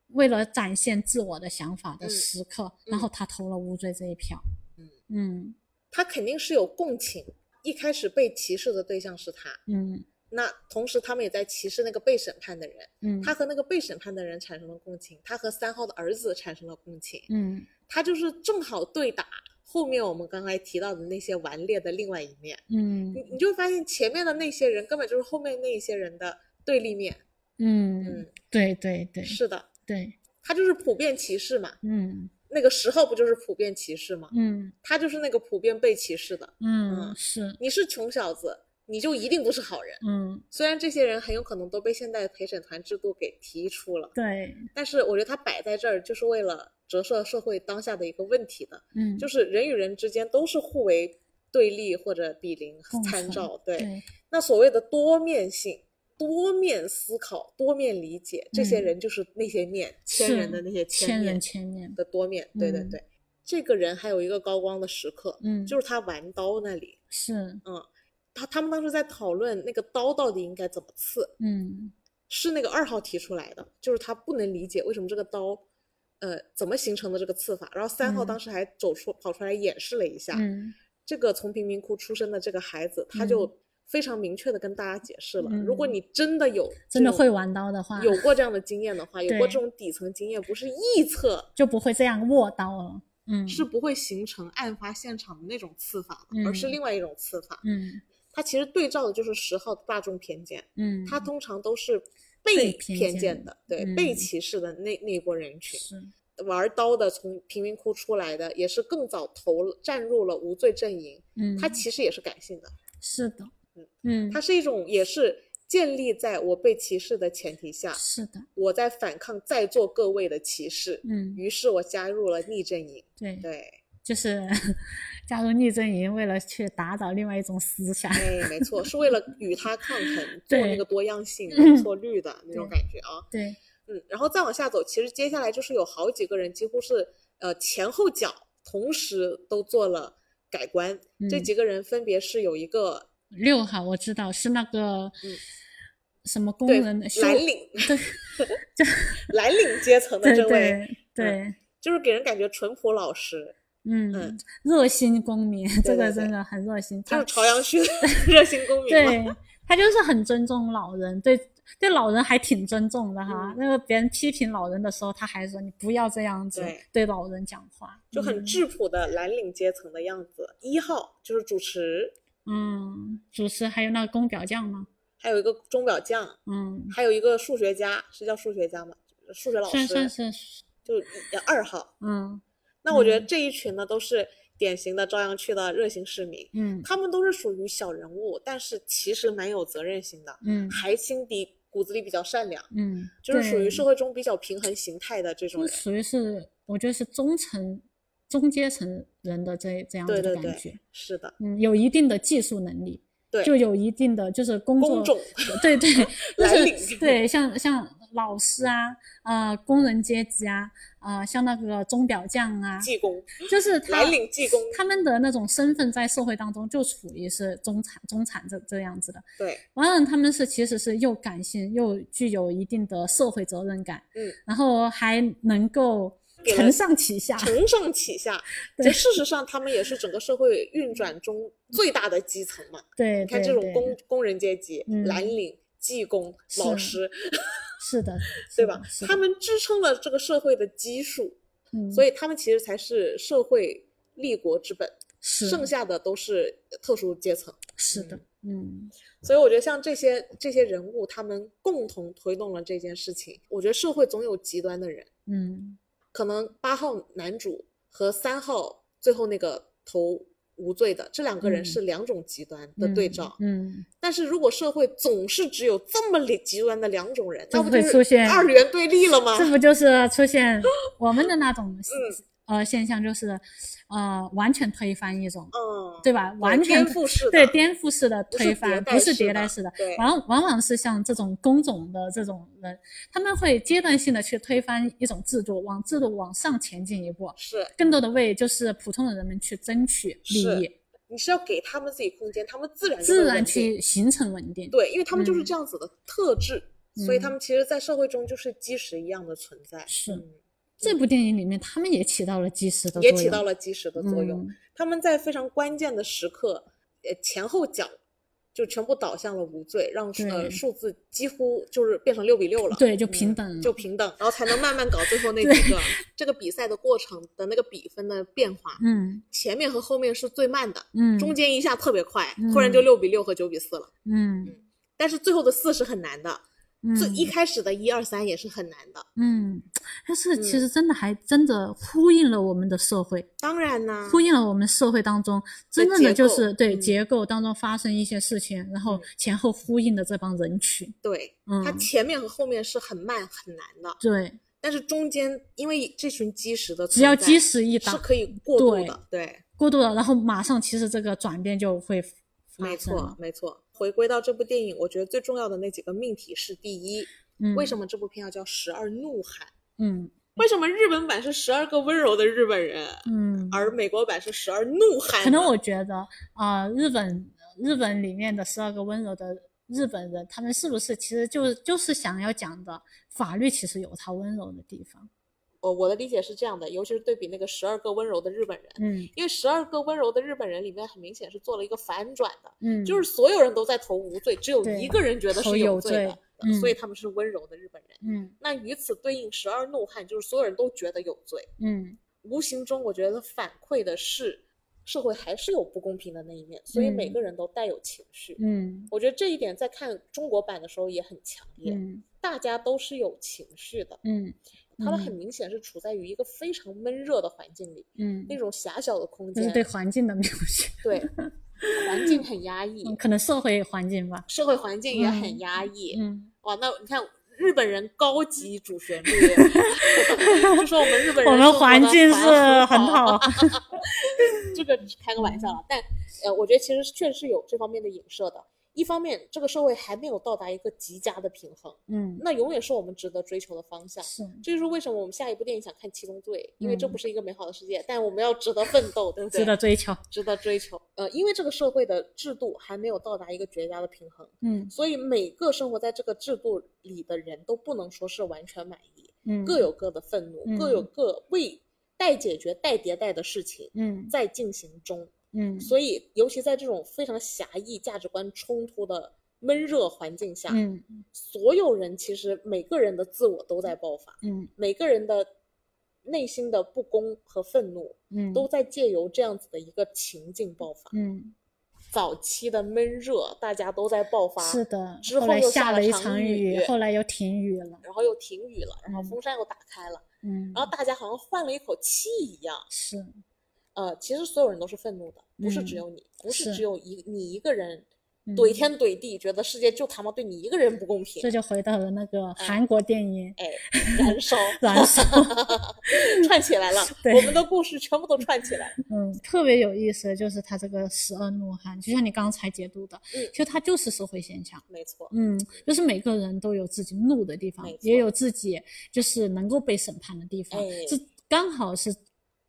Speaker 2: 为了展现自我的想法的
Speaker 1: 嗯
Speaker 2: 时刻，
Speaker 1: 嗯
Speaker 2: 然后他投了无罪这一票。
Speaker 1: 嗯
Speaker 2: 嗯
Speaker 1: 他肯定是有共情，一开始被歧视的对象是他，
Speaker 2: 嗯
Speaker 1: 那同时他们也在歧视那个被审判的人，
Speaker 2: 嗯，
Speaker 1: 他和那个被审判的人产生了共情，他和三号的儿子产生了共情，
Speaker 2: 嗯
Speaker 1: 他就是正好对打后面我们刚才提到的那些顽劣的另外一面，
Speaker 2: 嗯
Speaker 1: 你你就会发现前面的那些人根本就是后面那一些人的对立面，
Speaker 2: 嗯，
Speaker 1: 嗯，
Speaker 2: 对对对
Speaker 1: 是的，
Speaker 2: 对，
Speaker 1: 他就是普遍歧视嘛，
Speaker 2: 嗯
Speaker 1: 那个时候不就是普遍歧视吗？
Speaker 2: 嗯
Speaker 1: 他就是那个普遍被歧视的，嗯
Speaker 2: 嗯是，
Speaker 1: 你是穷小子，你就一定不是好人。
Speaker 2: 嗯
Speaker 1: 虽然这些人很有可能都被现代陪审团制度给提出了，
Speaker 2: 对，
Speaker 1: 但是我觉得它摆在这儿就是为了折射社会当下的一个问题的，
Speaker 2: 嗯
Speaker 1: 就是人与人之间都是互为对立或者比邻
Speaker 2: 共
Speaker 1: 参
Speaker 2: 存
Speaker 1: 照。对，
Speaker 2: 对
Speaker 1: 那所谓的多面性、多面思考、多面理解，这些
Speaker 2: 嗯
Speaker 1: 人就是那些面千
Speaker 2: 是
Speaker 1: 人的那些
Speaker 2: 千
Speaker 1: 面
Speaker 2: 人千面，
Speaker 1: 的多面。对对
Speaker 2: 嗯
Speaker 1: 对，这个人还有一个高光的时刻，
Speaker 2: 嗯
Speaker 1: 就是他玩刀那里，
Speaker 2: 是
Speaker 1: 嗯，他他们当时在讨论那个刀到底应该怎么刺，
Speaker 2: 嗯
Speaker 1: 是那个二号提出来的，就是他不能理解为什么这个刀，呃，怎么形成的这个刺法。然后三号
Speaker 2: 嗯
Speaker 1: 当时还走出跑出来演示了一下，
Speaker 2: 嗯
Speaker 1: 这个从贫民窟出身的这个孩子，他就非常明确的跟大家解释了，如果
Speaker 2: 嗯
Speaker 1: 你真的有
Speaker 2: 真的
Speaker 1: 这种
Speaker 2: 会玩刀的话，
Speaker 1: 有过这样的经验的话，有过
Speaker 2: 对
Speaker 1: 这种底层经验，不是臆测，
Speaker 2: 就不会这样握刀了。嗯
Speaker 1: 是不会形成案发现场的那种刺法的，而是
Speaker 2: 嗯
Speaker 1: 另外一种刺法。
Speaker 2: 嗯。
Speaker 1: 它其实对照的就是十号的大众偏见。
Speaker 2: 嗯，
Speaker 1: 他通常都是
Speaker 2: 被偏
Speaker 1: 偏
Speaker 2: 见
Speaker 1: 见
Speaker 2: 的
Speaker 1: 的，对，
Speaker 2: 嗯
Speaker 1: 被歧视的那那一波人群，
Speaker 2: 是
Speaker 1: 玩刀的从贫民窟出来的，也是更早投了站入了无罪阵营，
Speaker 2: 嗯，
Speaker 1: 他其实也是感性的，
Speaker 2: 是的
Speaker 1: 嗯，
Speaker 2: 嗯，
Speaker 1: 他是一种也是建立在我被歧视的前提下，
Speaker 2: 是的，
Speaker 1: 我在反抗在座各位的歧视，
Speaker 2: 嗯，
Speaker 1: 于是我加入了逆阵营，
Speaker 2: 对，
Speaker 1: 对，
Speaker 2: 就是加入逆阵营，为了去打倒另外一种思想。
Speaker 1: 哎，没错，是为了与他抗衡，做
Speaker 2: 对
Speaker 1: 那个多样性、
Speaker 2: 嗯
Speaker 1: 错绿的那种
Speaker 2: 对
Speaker 1: 感觉啊，
Speaker 2: 对，
Speaker 1: 嗯，然后再往下走，其实接下来就是有好几个人几乎是呃前后脚同时都做了改观。这
Speaker 2: 嗯
Speaker 1: 几个人分别是有一个
Speaker 2: 六号我知道是那个
Speaker 1: 嗯
Speaker 2: 什么工
Speaker 1: 对
Speaker 2: 人修
Speaker 1: 蓝领
Speaker 2: 对
Speaker 1: 蓝领阶层的
Speaker 2: 对
Speaker 1: 这位，嗯
Speaker 2: 对对，
Speaker 1: 就是给人感觉淳朴老实，嗯
Speaker 2: 嗯，热心公民，这
Speaker 1: 对
Speaker 2: 个
Speaker 1: 对
Speaker 2: 真的很热心，
Speaker 1: 就
Speaker 2: 他
Speaker 1: 是朝阳 区的 热心公民嘛。
Speaker 2: 啊对 他就是很尊重老人，对对老人还挺尊重的哈
Speaker 1: 嗯。
Speaker 2: 那个别人批评老人的时候，他还说你不要这样子
Speaker 1: 对
Speaker 2: 对老人讲话，
Speaker 1: 就很
Speaker 2: 嗯
Speaker 1: 质朴的蓝领阶层的样子。一号就是主持，
Speaker 2: 嗯，主持还有那个宫表匠吗？
Speaker 1: 还有一个钟表匠，
Speaker 2: 嗯，
Speaker 1: 还有一个数学家，是叫数学家吗？数学老
Speaker 2: 算算
Speaker 1: 师，
Speaker 2: 是，
Speaker 1: 就是呃二号。
Speaker 2: 嗯
Speaker 1: 那我觉得
Speaker 2: 嗯
Speaker 1: 这一群呢，都是典型的朝阳区的热心市民，
Speaker 2: 嗯
Speaker 1: 他们都是属于小人物，但是其实蛮有责任心的，
Speaker 2: 嗯
Speaker 1: 还心底骨子里比较善良，
Speaker 2: 嗯，
Speaker 1: 就是属于
Speaker 2: 对
Speaker 1: 社会中比较平衡形态的这种
Speaker 2: 就
Speaker 1: 人。
Speaker 2: 属于是，我觉得是中层、中阶层人的这这样
Speaker 1: 对
Speaker 2: 子的
Speaker 1: 对
Speaker 2: 感
Speaker 1: 对
Speaker 2: 觉，
Speaker 1: 是的，
Speaker 2: 嗯，有一定的技术能力，
Speaker 1: 对
Speaker 2: 就有一定的就是工
Speaker 1: 工
Speaker 2: 作，
Speaker 1: 种
Speaker 2: 对对，就
Speaker 1: 蓝领
Speaker 2: 是对，像像老师啊，呃，工人阶级啊，呃，像那个钟表匠啊，
Speaker 1: 技工，
Speaker 2: 就是他
Speaker 1: 蓝领技工，
Speaker 2: 他们的那种身份在社会当中就处于是中产、中产这这样子的。
Speaker 1: 对，
Speaker 2: 完了，他们是其实是又感性又具有一定的社会责任感，
Speaker 1: 嗯，
Speaker 2: 然后还能够
Speaker 1: 给了
Speaker 3: 承上启下，
Speaker 1: 承上启下。
Speaker 3: 对
Speaker 1: 这事实上，他们也是整个社会运转中最大的基层
Speaker 2: 嗯
Speaker 1: 嘛。
Speaker 3: 对，
Speaker 1: 你看
Speaker 3: 对
Speaker 1: 这种
Speaker 3: 对
Speaker 1: 工工人阶级
Speaker 3: 嗯、
Speaker 1: 蓝领、技工、老
Speaker 3: 是
Speaker 1: 师，
Speaker 3: 是的，
Speaker 1: 对
Speaker 3: 是
Speaker 1: 吧
Speaker 3: 的是？
Speaker 1: 他
Speaker 3: 的
Speaker 1: 们支撑了这个社会的基数，
Speaker 3: 嗯
Speaker 1: 所以他们其实才是社会立国之本，
Speaker 3: 是
Speaker 1: 剩下的都是特殊阶层。
Speaker 3: 是的，嗯，
Speaker 1: 所以我觉得像这些这些人物，他们共同推动了这件事情。我觉得社会总有极端的人，
Speaker 3: 嗯，
Speaker 1: 可能八号男主和三号最后那个投无罪的这两个人
Speaker 3: 嗯
Speaker 1: 是两种极端的对
Speaker 3: 嗯
Speaker 1: 照。
Speaker 3: 嗯，
Speaker 1: 但是如果社会总是只有这么里极端的两种人，
Speaker 3: 就
Speaker 1: 那不
Speaker 3: 会
Speaker 1: 就是
Speaker 3: 出现
Speaker 1: 二元对立了吗？
Speaker 3: 这不就是出现我们的那种
Speaker 1: 嗯
Speaker 3: 呃现象，就是呃完全推翻一种，
Speaker 1: 嗯，
Speaker 3: 对吧？完全
Speaker 1: 颠覆式的，
Speaker 2: 对颠覆式的
Speaker 1: 不是
Speaker 2: 推
Speaker 1: 迭
Speaker 2: 翻，
Speaker 1: 代
Speaker 2: 不是
Speaker 1: 式
Speaker 2: 迭
Speaker 1: 的
Speaker 2: 代式的，
Speaker 1: 对
Speaker 2: 往往往是像这种工种的这种人，他们会阶段性的去推翻一种制度，往制度往上前进一步，
Speaker 1: 是
Speaker 2: 更多的为就是普通的人们去争取利
Speaker 1: 是
Speaker 2: 益，
Speaker 1: 你是要给他们自己空间，他们自然就会
Speaker 2: 自然
Speaker 1: 稳定
Speaker 2: 去形成稳定。
Speaker 1: 对，因为他们就是
Speaker 2: 嗯
Speaker 1: 这样子的特质，所以他
Speaker 2: 嗯
Speaker 1: 们其实，在社会中就是基石一样的存在。
Speaker 2: 是
Speaker 1: 嗯
Speaker 2: 这部电影里面，他们也起到了基石的作
Speaker 1: 也
Speaker 2: 用，
Speaker 1: 起到了基石的作用。
Speaker 2: 嗯
Speaker 1: 他们在非常关键的时刻，呃，前后脚就全部倒向了无罪，让数呃
Speaker 2: 对
Speaker 1: 数字几乎就是变成六比六了，
Speaker 2: 对就
Speaker 1: 嗯
Speaker 2: 平等了
Speaker 1: 就平等，然后才能慢慢搞最后那几个。这个比赛的过程的那个比分的变化，
Speaker 2: 嗯
Speaker 1: 前面和后面是最慢的，
Speaker 2: 嗯，
Speaker 1: 中间一下特别快，突然就
Speaker 2: 嗯
Speaker 1: 六比六和九比四了。
Speaker 2: 嗯
Speaker 1: 但是最后的四是很难的，
Speaker 2: 嗯
Speaker 1: 最一开始的一二三也是很难的。
Speaker 2: 嗯，但是
Speaker 1: 嗯
Speaker 2: 其实真的还真的呼应了我们的社会，
Speaker 1: 当然呢，
Speaker 2: 呼应了我们社会当中真正的就
Speaker 1: 结构
Speaker 2: 是对
Speaker 1: 嗯
Speaker 2: 结构当中发生一些事情，然后前后呼应的这帮人群。
Speaker 1: 对，
Speaker 2: 嗯
Speaker 1: 它，前面和后面是很慢很难的，
Speaker 2: 对，
Speaker 1: 但是中间因为这群基石的存在，
Speaker 2: 只要基石一
Speaker 1: 是
Speaker 2: 打
Speaker 1: 可以过渡的，对，
Speaker 2: 过渡了，然后马上其实这个转变就会发
Speaker 1: 没
Speaker 2: 生
Speaker 1: 错
Speaker 2: 了。
Speaker 1: 没错。回归到这部电影，我觉得最重要的那几个命题是：第一，
Speaker 2: 嗯，
Speaker 1: 为什么这部片要叫《十二怒汉》？
Speaker 2: 嗯
Speaker 1: 为什么日本版是十二个温柔的日本人，
Speaker 2: 嗯，
Speaker 1: 而美国版是十二怒汉呢？
Speaker 2: 可能我觉得啊、呃日本日本里面的十二个温柔的日本人，他们是不是其实就就是想要讲的法律其实有它温柔的地方？
Speaker 1: 我我的理解是这样的，尤其是对比那个十二个温柔的日本人，
Speaker 2: 嗯
Speaker 1: 因为十二个温柔的日本人里面很明显是做了一个反转的，
Speaker 2: 嗯，
Speaker 1: 就是所有人都在投无罪，只有
Speaker 2: 对
Speaker 1: 一个人觉得
Speaker 2: 投
Speaker 1: 是有
Speaker 2: 有
Speaker 1: 罪的
Speaker 2: 罪，嗯
Speaker 1: 所以他们是温柔的日本人。
Speaker 2: 嗯
Speaker 1: 那与此对应，十二怒汉就是所有人都觉得有罪，
Speaker 2: 嗯
Speaker 1: 无形中我觉得反馈的是社会还是有不公平的那一面，所以
Speaker 2: 嗯
Speaker 1: 每个人都带有情绪。
Speaker 2: 嗯
Speaker 1: 我觉得这一点在看中国版的时候也很强烈，
Speaker 2: 嗯
Speaker 1: 大家都是有情绪的，
Speaker 2: 嗯
Speaker 1: 他们很明显是处在于一个非常闷热的环境里，
Speaker 2: 嗯，
Speaker 1: 那种狭小的空
Speaker 2: 就
Speaker 1: 间
Speaker 2: 是，对环境的描 写，
Speaker 1: 对环境很压抑，
Speaker 2: 嗯可能社会环境吧。
Speaker 1: 社会环境也很
Speaker 2: 嗯
Speaker 1: 压抑。
Speaker 2: 嗯，
Speaker 1: 哇，那你看日本人高级主旋 律，就说我们日本人
Speaker 2: 我
Speaker 1: 生
Speaker 2: 们
Speaker 1: 活
Speaker 2: 环
Speaker 1: 得
Speaker 2: 境
Speaker 1: 还
Speaker 2: 是很
Speaker 1: 好，
Speaker 2: 好。
Speaker 1: 这个只开个玩笑了。但呃，我觉得其实确实有这方面的影射的。一方面，这个社会还没有到达一个极佳的平衡，
Speaker 2: 嗯，
Speaker 1: 那永远是我们值得追求的方向。
Speaker 2: 是，
Speaker 1: 这就是为什么我们下一部电影想看《七宗罪》，因为这
Speaker 2: 嗯
Speaker 1: 不是一个美好的世界，但我们要值得奋斗，对不对？
Speaker 2: 值得追求。
Speaker 1: 值得追求。呃，因为这个社会的制度还没有到达一个绝佳的平衡，
Speaker 2: 嗯
Speaker 1: 所以每个生活在这个制度里的人都不能说是完全满意，
Speaker 2: 嗯，
Speaker 1: 各有各的愤怒，
Speaker 2: 嗯
Speaker 1: 各有各为待解决、待迭代的事情
Speaker 2: 嗯
Speaker 1: 在进行中。
Speaker 2: 嗯
Speaker 1: 所以，尤其在这种非常狭义、价值观冲突的闷热环境下，
Speaker 2: 嗯
Speaker 1: 所有人其实每个人的自我都在爆发，
Speaker 2: 嗯
Speaker 1: 每个人的内心的不公和愤怒
Speaker 2: 嗯
Speaker 1: 都在借由这样子的一个情境爆发。
Speaker 2: 嗯
Speaker 1: 早期的闷热，大家都在爆发，
Speaker 2: 是的。
Speaker 1: 之
Speaker 2: 后
Speaker 1: 后
Speaker 2: 来
Speaker 1: 又下
Speaker 2: 下
Speaker 1: 了
Speaker 2: 了一
Speaker 1: 场
Speaker 2: 场
Speaker 1: 雨
Speaker 2: 雨，后来又停雨了。
Speaker 1: 然后又停雨了，然后
Speaker 2: 嗯
Speaker 1: 风扇又打开了，
Speaker 2: 嗯，
Speaker 1: 然后大家好像换了一口气一样。
Speaker 2: 是，
Speaker 1: 呃，其实所有人都是愤怒的，不是只
Speaker 2: 嗯
Speaker 1: 有你，不是
Speaker 2: 是
Speaker 1: 只有一你一个人
Speaker 2: 嗯
Speaker 1: 怼天怼地，觉得世界就他妈对你一个人不公平
Speaker 2: 这。就回到了那
Speaker 1: 嗯
Speaker 2: 个韩国电影
Speaker 1: 哎，燃烧，
Speaker 2: 《 燃烧》，
Speaker 1: 串起来了，
Speaker 2: 对
Speaker 1: 我们的故事全部都串起来了。
Speaker 2: 嗯，特别有意思，就是他这个十二怒汉，就像你刚才解读的，
Speaker 1: 嗯
Speaker 2: 其实它就是社会现象。
Speaker 1: 没错，
Speaker 2: 嗯，就是每个人都有自己怒的地方
Speaker 1: 没，
Speaker 2: 也
Speaker 1: 错
Speaker 2: 有自己就是能够被审判的地方，
Speaker 1: 哎
Speaker 2: 这刚好是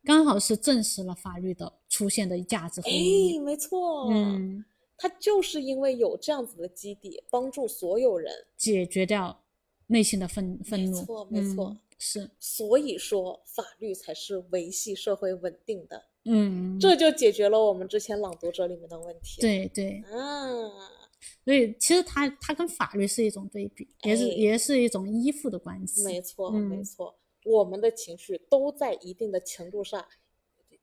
Speaker 2: 刚好是证实了法律的出现的价值和意
Speaker 1: 哎，
Speaker 2: 义。
Speaker 1: 没错，，
Speaker 2: 嗯，
Speaker 1: 他就是因为有这样子的基底，帮助所有人。
Speaker 2: 解决掉内心的愤愤
Speaker 1: 没
Speaker 2: 怒，
Speaker 1: 错，没错
Speaker 2: 嗯，是，
Speaker 1: 所以说法律才是维系社会稳定的，
Speaker 2: 嗯，
Speaker 1: 这就解决了我们之前朗读者里面的问题。，
Speaker 2: 对对，
Speaker 1: 啊，
Speaker 2: 所以其实它它跟法律是一种对比，也是
Speaker 1: 哎
Speaker 2: 也是一种依附的关系。
Speaker 1: 没错，
Speaker 2: 嗯
Speaker 1: 没错，我们的情绪都在一定的程度上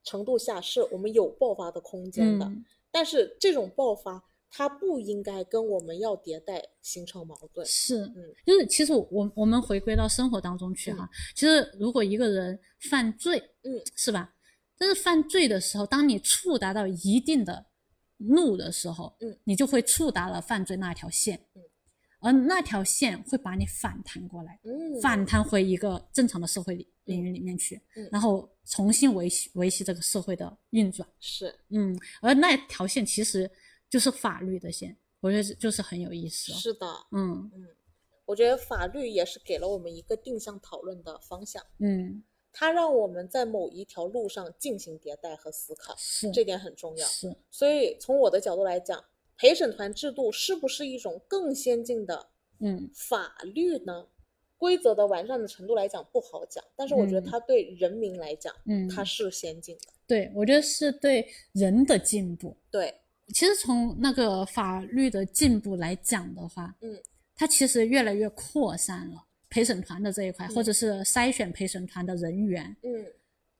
Speaker 1: 程度下是我们有爆发的空间的，
Speaker 2: 嗯，
Speaker 1: 但是这种爆发它不应该跟我们要迭代形成矛盾。
Speaker 2: 是，
Speaker 1: 嗯
Speaker 2: 就是其实我我们回归到生活当中去哈，其实如果一个人犯罪，
Speaker 1: 嗯，
Speaker 2: 是吧？但是犯罪的时候，当你触达到一定的怒的时候，
Speaker 1: 嗯，
Speaker 2: 你就会触达了犯罪那条线，
Speaker 1: 嗯，
Speaker 2: 而那条线会把你反弹过来，
Speaker 1: 嗯，
Speaker 2: 反弹回一个正常的社会里领域里面去，
Speaker 1: 嗯
Speaker 2: 然后重新维系维系这个社会的运转，
Speaker 1: 是
Speaker 2: 嗯，而那条线其实就是法律的线，我觉得就是很有意思哦，
Speaker 1: 是的，
Speaker 2: 嗯
Speaker 1: 嗯，我觉得法律也是给了我们一个定向讨论的方向，
Speaker 2: 嗯，
Speaker 1: 它让我们在某一条路上进行迭代和思考，
Speaker 2: 是
Speaker 1: 这点很重要。
Speaker 2: 是，
Speaker 1: 所以从我的角度来讲，陪审团制度是不是一种更先进的
Speaker 2: 嗯
Speaker 1: 法律呢？规则的完善的程度来讲不好讲，但是我觉得
Speaker 2: 嗯
Speaker 1: 它对人民来讲，
Speaker 2: 嗯，
Speaker 1: 它是先进的。
Speaker 2: 对我觉得是对人的进步。
Speaker 1: 对，
Speaker 2: 其实从那个法律的进步来讲的话，
Speaker 1: 嗯，
Speaker 2: 它其实越来越扩散了。陪审团的这一块，
Speaker 1: 嗯
Speaker 2: 或者是筛选陪审团的人员，
Speaker 1: 嗯，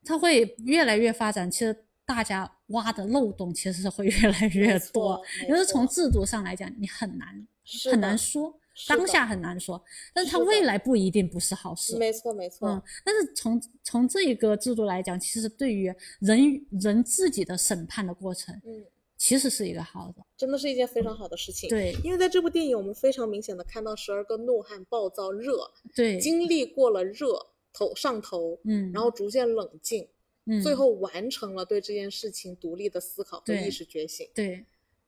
Speaker 2: 它会越来越发展。其实大家挖的漏洞其实是会越来越
Speaker 1: 没
Speaker 2: 多
Speaker 1: 错，
Speaker 2: 因为
Speaker 1: 没
Speaker 2: 从
Speaker 1: 错
Speaker 2: 制度上来讲，你很难
Speaker 1: 是
Speaker 2: 很
Speaker 1: 的
Speaker 2: 难说，
Speaker 1: 是
Speaker 2: 当
Speaker 1: 的
Speaker 2: 下很难说，但是它
Speaker 1: 是的
Speaker 2: 未来不一定不是好事。
Speaker 1: 没错没错，
Speaker 2: 嗯，但是从从这一个制度来讲，其实对于人与人自己的审判的过程，
Speaker 1: 嗯，
Speaker 2: 其实是一个好的。
Speaker 1: 真的是一件非常好的事情。
Speaker 2: 对
Speaker 1: 因为在这部电影，我们非常明显的看到十二个怒汉暴躁热，
Speaker 2: 对，
Speaker 1: 经历过了热头上头，
Speaker 2: 嗯，
Speaker 1: 然后逐渐冷静，
Speaker 2: 嗯
Speaker 1: 最后完成了对这件事情独立的思考和
Speaker 2: 对
Speaker 1: 意识觉醒。
Speaker 2: 对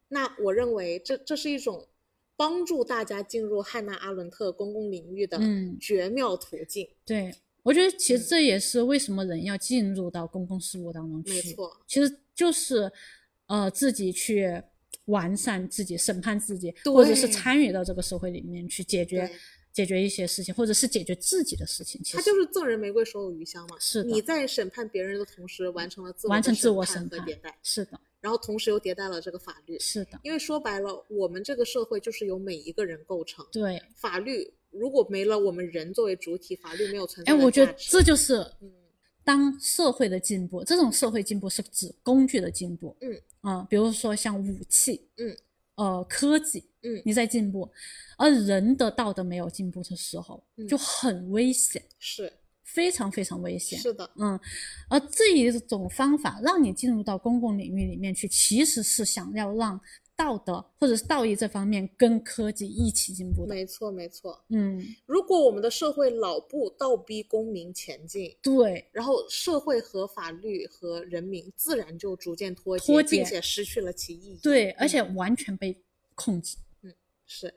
Speaker 1: 那我认为这这是一种帮助大家进入汉娜·阿伦特公共领域的
Speaker 2: 嗯
Speaker 1: 绝妙途径。
Speaker 2: 对，我觉得其实
Speaker 1: 嗯
Speaker 2: 这也是为什么人要进入到公共事务当中去，
Speaker 1: 没，错，
Speaker 2: 其实就是呃自己去完善自己、审判自己，或者是
Speaker 1: 对
Speaker 2: 参与到这个社会里面去解决
Speaker 1: 对
Speaker 2: 解决一些事情，或者是解决自己的事情。其
Speaker 1: 它
Speaker 2: 实
Speaker 1: 就是赠人玫瑰，手有余香嘛。
Speaker 2: 是的
Speaker 1: 你在审判别人的同时，完成了自我
Speaker 2: 完
Speaker 1: 的
Speaker 2: 成自我
Speaker 1: 审
Speaker 2: 审
Speaker 1: 判
Speaker 2: 判
Speaker 1: 和迭代，
Speaker 2: 是的，
Speaker 1: 然后同时又迭代了这个法律。
Speaker 2: 是的，
Speaker 1: 因为说白了，我们这个社会就是由每一个人构成。
Speaker 2: 对。哎
Speaker 1: 法律如果没了我们人作为主体，法律没有存在
Speaker 2: 哎，
Speaker 1: 的
Speaker 2: 我觉
Speaker 1: 价
Speaker 2: 得
Speaker 1: 值
Speaker 2: 这就是
Speaker 1: 嗯
Speaker 2: 当社会的进步，这种社会进步是指工具的进步，
Speaker 1: 嗯
Speaker 2: 啊、比如说像武器，
Speaker 1: 嗯，
Speaker 2: 呃，科技，
Speaker 1: 嗯
Speaker 2: 你在进步，而人的道德没有进步的时候，
Speaker 1: 嗯
Speaker 2: 就很危险，
Speaker 1: 是
Speaker 2: 非常非常危险。
Speaker 1: 是的，
Speaker 2: 嗯，而这一种方法让你进入到公共领域里面去，其实是想要让道德或者是道义这方面跟科技一起进步的。
Speaker 1: 没错没错。
Speaker 2: 嗯，
Speaker 1: 如果我们的社会老不倒逼公民前进，
Speaker 2: 对，
Speaker 1: 然后社会和法律和人民自然就逐渐脱节，
Speaker 2: 脱
Speaker 1: 并
Speaker 2: 节
Speaker 1: 且失去了其意义。嗯
Speaker 2: 对，而且完全被控制，
Speaker 1: 是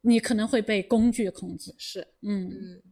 Speaker 2: 你可能会被工具控制。
Speaker 1: 是，
Speaker 2: 嗯，
Speaker 1: 嗯，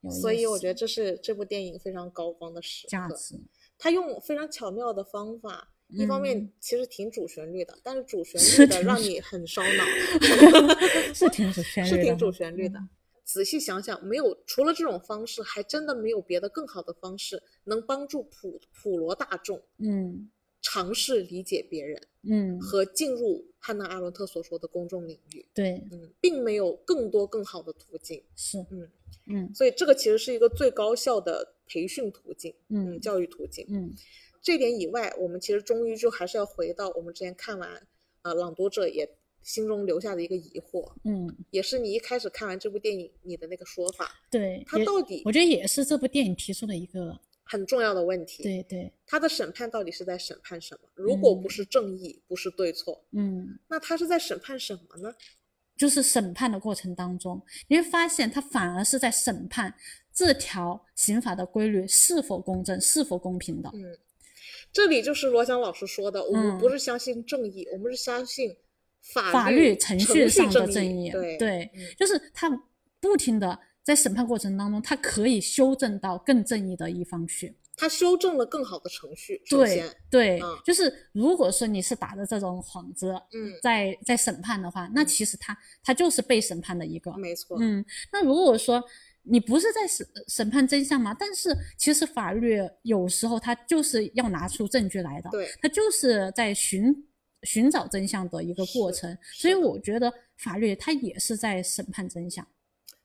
Speaker 2: 有
Speaker 1: 所以我觉
Speaker 2: 得
Speaker 1: 得这是这部电影非常高光的时
Speaker 2: 价
Speaker 1: 刻。
Speaker 2: 值，
Speaker 1: 他用非常巧妙的方法，一方面
Speaker 2: 嗯
Speaker 1: 其实挺主旋律的，但是主旋
Speaker 2: 是
Speaker 1: 律的
Speaker 2: 挺
Speaker 1: 让
Speaker 2: 主
Speaker 1: 你很烧脑。
Speaker 2: 嗯是挺主旋律的
Speaker 1: 是
Speaker 2: 哈，
Speaker 1: 挺主旋律的
Speaker 2: 嗯。
Speaker 1: 仔细想想，没有除了这种方式，还真的没有别的更好的方式能帮助普普罗大众
Speaker 2: 嗯
Speaker 1: 尝试理解别人
Speaker 2: 嗯，
Speaker 1: 和进入汉娜·阿伦特所说的公众领域。
Speaker 2: 对，
Speaker 1: 嗯，并没有更多更好的途径。
Speaker 2: 是，
Speaker 1: 嗯
Speaker 2: 嗯
Speaker 1: 所以这个其实是一个最高效的培训途径，
Speaker 2: 嗯
Speaker 1: 教育途径。
Speaker 2: 嗯
Speaker 1: 这点以外，我们其实终于就还是要回到我们之前看完，呃，朗读者也心中留下的一个疑惑，
Speaker 2: 嗯，
Speaker 1: 也是你一开始看完这部电影你的那个说法，
Speaker 2: 对，
Speaker 1: 它
Speaker 2: 也
Speaker 1: 到底
Speaker 2: 我觉得也是这部电影提出的一个，
Speaker 1: 很重要的问题。，
Speaker 2: 对对，
Speaker 1: 他的审判到底是在审判什么？如果不
Speaker 2: 嗯
Speaker 1: 是正义，不是对错，
Speaker 2: 嗯，
Speaker 1: 那他是在审判什么呢？
Speaker 2: 就是审判的过程当中，你会发现他反而是在审判这条刑法的规律是否公正、是否公平的。
Speaker 1: 嗯，这里就是罗翔老师说的，我们
Speaker 2: 嗯
Speaker 1: 不是相信正义，我们是相信法
Speaker 2: 法
Speaker 1: 律
Speaker 2: 律程
Speaker 1: 序
Speaker 2: 序上的
Speaker 1: 正
Speaker 2: 义，
Speaker 1: 对嗯
Speaker 2: 就是他不停的在审判过程当中，他可以修正到更正义的一方去。
Speaker 1: 他修正了更好的程序。首
Speaker 2: 对
Speaker 1: 先，
Speaker 2: 对、
Speaker 1: 嗯
Speaker 2: 就是如果说你是打着这种幌子
Speaker 1: 嗯，
Speaker 2: 在嗯在审判的话，那其实他他就是被审判的一个。
Speaker 1: 没错，
Speaker 2: 嗯，那如果说你不是在审呃审判真相吗？但是其实法律有时候它就是要拿出证据来的，
Speaker 1: 对，
Speaker 2: 它就是在寻寻找真相的一个过程。所以我觉得法律它也是在审判真相。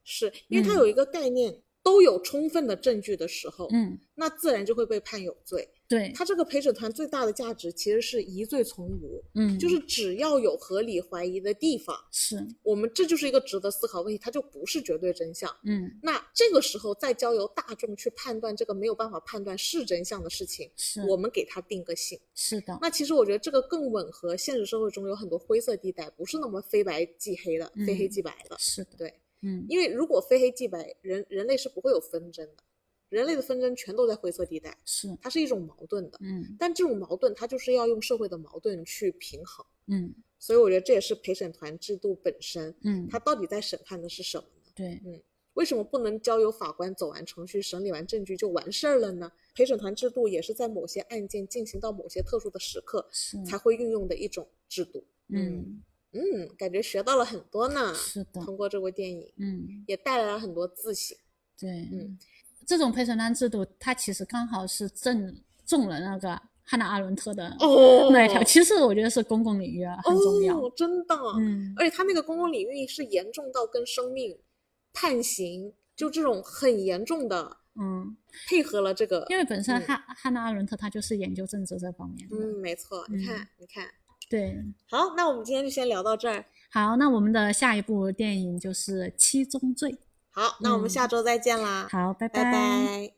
Speaker 1: 是因
Speaker 2: 嗯
Speaker 1: 为它有一个概念，都有充分的证据的时候，
Speaker 2: 嗯，
Speaker 1: 那自然就会被判有罪。
Speaker 2: 对，
Speaker 1: 它这个陪审团最大的价值其实是疑罪从无，
Speaker 2: 嗯，
Speaker 1: 就是只要有合理怀疑的地方，
Speaker 2: 是，
Speaker 1: 我们这就是一个值得思考问题，它就不是绝对真相。
Speaker 2: 嗯，
Speaker 1: 那这个时候再交由大众去判断这个没有办法判断是真相的事情，
Speaker 2: 是，
Speaker 1: 我们给它定个性。
Speaker 2: 是的，
Speaker 1: 那其实我觉得这个更吻合现实社会中有很多灰色地带，不是那么非白即黑的，
Speaker 2: 嗯
Speaker 1: 非黑即白的。
Speaker 2: 是的，
Speaker 1: 对，
Speaker 2: 嗯，
Speaker 1: 因为如果非黑即白，人人类是不会有纷争的，人类的纷争全都在灰色地带，
Speaker 2: 是，
Speaker 1: 它是一种矛盾的。
Speaker 2: 嗯
Speaker 1: 但这种矛盾，它就是要用社会的矛盾去平衡。
Speaker 2: 嗯
Speaker 1: 所以我觉得这也是陪审团制度本身，
Speaker 2: 嗯，
Speaker 1: 它到底在审判的是什么呢？
Speaker 2: 对，
Speaker 1: 为什么不能交由法官走完程序、审理完证据就完事儿了呢？陪审团制度也是在某些案件进行到某些特殊的时刻
Speaker 2: 是，
Speaker 1: 才会运用的一种制度。
Speaker 2: 嗯，
Speaker 1: 嗯，感觉学到了很多呢。
Speaker 2: 是的，
Speaker 1: 通过这部电影，
Speaker 2: 嗯，
Speaker 1: 也带来了很多自省。
Speaker 2: 对，
Speaker 1: 嗯，
Speaker 2: 这种陪审团制度，它其实刚好是正中了那个汉娜·阿伦特的
Speaker 1: 哦
Speaker 2: 那一条。其实我觉得是公共领域啊，很重要。
Speaker 1: 哦，真的。
Speaker 2: 嗯，
Speaker 1: 而且他那个公共领域是严重到跟生命、判刑就这种很严重的，
Speaker 2: 嗯，
Speaker 1: 配合了这个。
Speaker 2: 因为本身
Speaker 1: 嗯
Speaker 2: 汉汉娜·阿伦特她就是研究政治这方面的。
Speaker 1: 嗯，没错，你看，
Speaker 2: 嗯
Speaker 1: 你看。
Speaker 2: 对，
Speaker 1: 好，那我们今天就先聊到这儿。
Speaker 2: 好，那我们的下一部电影就是《七宗罪》。
Speaker 1: 好，那我们
Speaker 2: 嗯
Speaker 1: 下周再见啦，
Speaker 2: 好，拜
Speaker 1: 拜拜